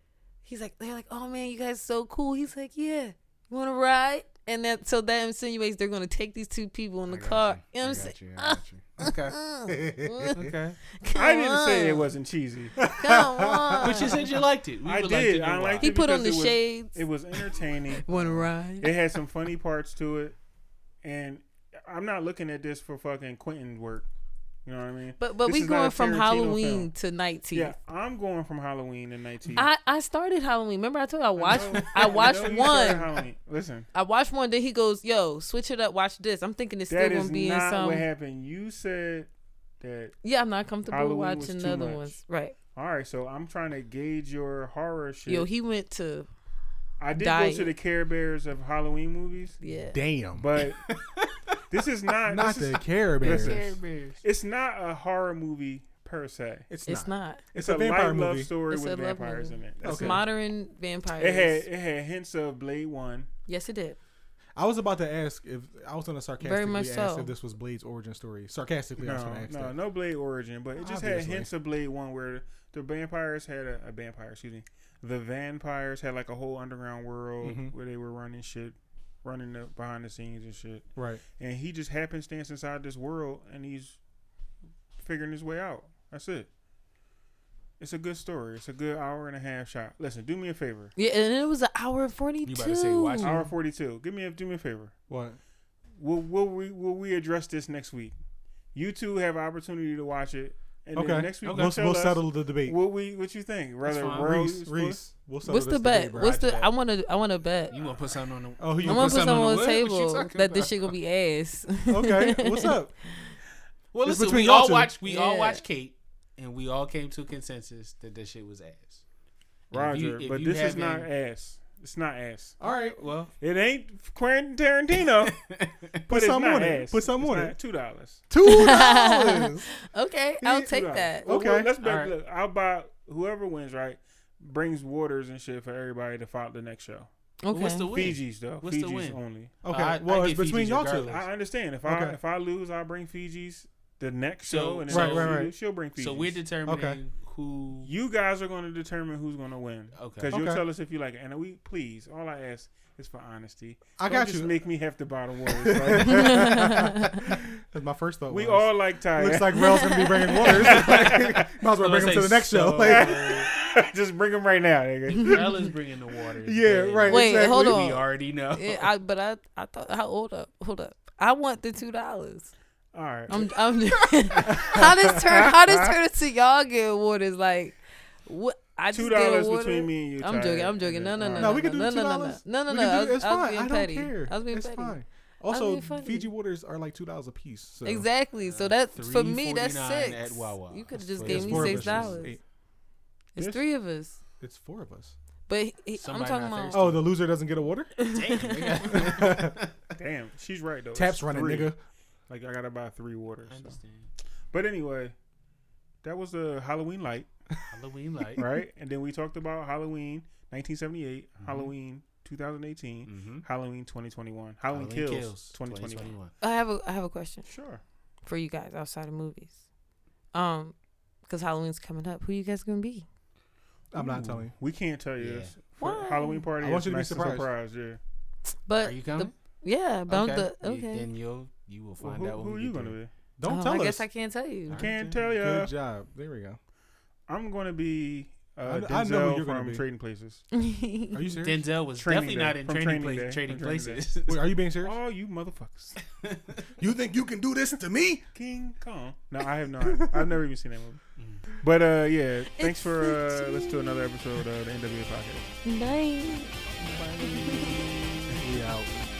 he's like, they're like, oh man, you guys so cool. He's like, yeah, you want to ride? And that so that insinuates they're gonna take these two people in the car. You. know what I'm saying? Okay. That's Okay. Come I didn't say it on, wasn't cheesy. Come on. But you said you liked it. We I would did. Like to I know liked why. he put on the because it was- shades. It was entertaining. Want to ride? it had some funny parts to it, and I'm not looking at this for fucking Quentin work. You know what I mean? But but This we is not going a from Tarantino film. Halloween to night teeth. Yeah, I'm going from Halloween to 19. I, I started Halloween. Remember I told you I watched know. know I watched you started one. Halloween. Listen, I watched one. Then he goes, "Yo, switch it up. Watch this." I'm thinking it's still that gonna is be in not some. what happened. You said that. Yeah, I'm not comfortable Halloween was watching too the other much. ones. Right? All right, so I'm trying to gauge your horror shit. Yo, he went to I did died. go to the Care Bears of Halloween movies, yeah. Damn. but this is not. Not this is, the Care Bears. Bears. Listen. Care Bears. it's not a horror movie per se. It's, It's not. not. It's, a a, vampire light love movie. story It's with a love vampires in movie. it. It's That's Okay. it. modern It vampires. had it had hints of Blade One. yes, it did. I was about to ask if I was gonna sarcastically much ask so. if this was Blade's origin story. Sarcastically, I was No, gonna ask no, that. no Blade Origin, but it just had Obviously. hints of Blade One where the vampires had a, a vampire. Excuse me, the vampires had like a whole underground world Mhm. where they were running shit, running the behind the scenes and shit. Right. And he just happenstance inside this world, and he's figuring his way out. That's it. It's a good story. It's a good hour and a half shot. Listen, do me a favor. Yeah, and it was an hour and forty-two. better say watch Hmm. it. Hour forty-two. Give me a do me a favor. What? Will will we will we address this next week? You two have opportunity to watch it, and Okay. then next week Okay. we'll We'll, tell we'll us settle the debate. what we what you think. Rather fine. Roe Reese, is- Reese, we'll settle What's the this bet? debate, bro. What's I the? bet. I want to. I want to bet. You want to put something on the? Oh, you gonna I'm gonna want put something on the wood? What you table talking that this about? shit gonna be ass. okay, what's up? Well, It's listen, between we y'all all two. watched. We all Yeah. watched Kate, and we all came to a consensus that this shit was ass. Roger, If you- if but you this is not haven't- ass. It's not ass. All right, well, It ain't Quentin Tarantino. but it's some not on it. ass. Put some It's on not- it. Two dollars. Two dollars. okay, I'll take that. Oh, Okay, Okay. let's bet. All right. Look, I'll buy whoever wins. Right, brings waters and shit for everybody to follow the next show. Okay. what's the win? Fiji's though. What's the Fiji's win? only. Okay, I- I well, get it's between Fiji's y'all two. regardless. I understand. If I Okay. if I lose, I'll bring Fiji's the next So- show, and then Right, if right, you right. lose, she'll bring Fiji's. So we're determining Okay. who. you guys are going to determine who's going to win. Okay. Because you'll Okay. tell us if you like it. And we, please, all I ask is for honesty. I Don't got just you. make me have to buy the waters. right? That's my first thought. we was, all like Ty. looks like Rel's gonna be bringing waters. Like, might as well Let's bring him say to the next show. so- Like, just bring them right now, nigga. Rel is bringing the water. Yeah, but right. Wait, exactly. hold We on. already know. Yeah, I, but I, I thought, how hold up, hold up. I want the two dollars. All right. I'm, I'm. how does turn? How does turn to y'all get waters? Like, what? I just Two get a dollars water? between me and you. I'm Ty. joking. I'm joking. No, no, All no, right. No, no. we can do no, no, no, $2. No, no, We no. can I do- was, it's I was fine. being I don't petty. care. I was being it's petty. fine. was Also, being funny. Fiji waters are like two dollars a piece. So uh, Exactly. So that's for me. That's $3.49 six. at Wawa. You could have That's just what- gave It's me It's four of six us. dollars. It's, It's Yes. three of us. it's four of us. But he, he- I'm Somebody talking not about. thirsty. Oh, the loser doesn't get a water. Oh, Damn, she's right though. Taps It's running, three. nigga. Like I gotta buy three waters. I so. understand. But anyway, that was the Halloween light, Halloween light. right? and then we talked about Halloween 1978, Mm-hmm. Halloween 2018, Mm-hmm. Halloween 2021, Halloween, kills, 2021. I have a I have a question Sure. for you guys outside of movies, um, because Halloween's coming up. Who you guys gonna be? I'm not Ooh, telling you. We can't tell you Yeah. this. For Why? Halloween party. I want it's you to be nice and surprised. surprised, yeah. But Are you the- coming? yeah, but I'm the You- okay. Then you'll you will Well, find who out when who are we you get gonna there. be? Don't Oh, tell I us. guess I can't tell you. All right, Can't then. tell Good ya. job. There we go. I'm gonna be uh, I- I know who Denzel you're gonna from be. Trading Places. Are you serious? Denzel was Training definitely Day. not in From Training training, place, Day. training From Training Day. places. Wait, are you being serious? Oh, you motherfuckers! You think you can do this to me? King Kong. No, I have not. I've never even seen that movie. Mm. But uh, yeah, thanks It's for uh, fifteen. listening to another episode of the NWA podcast. Bye. We out.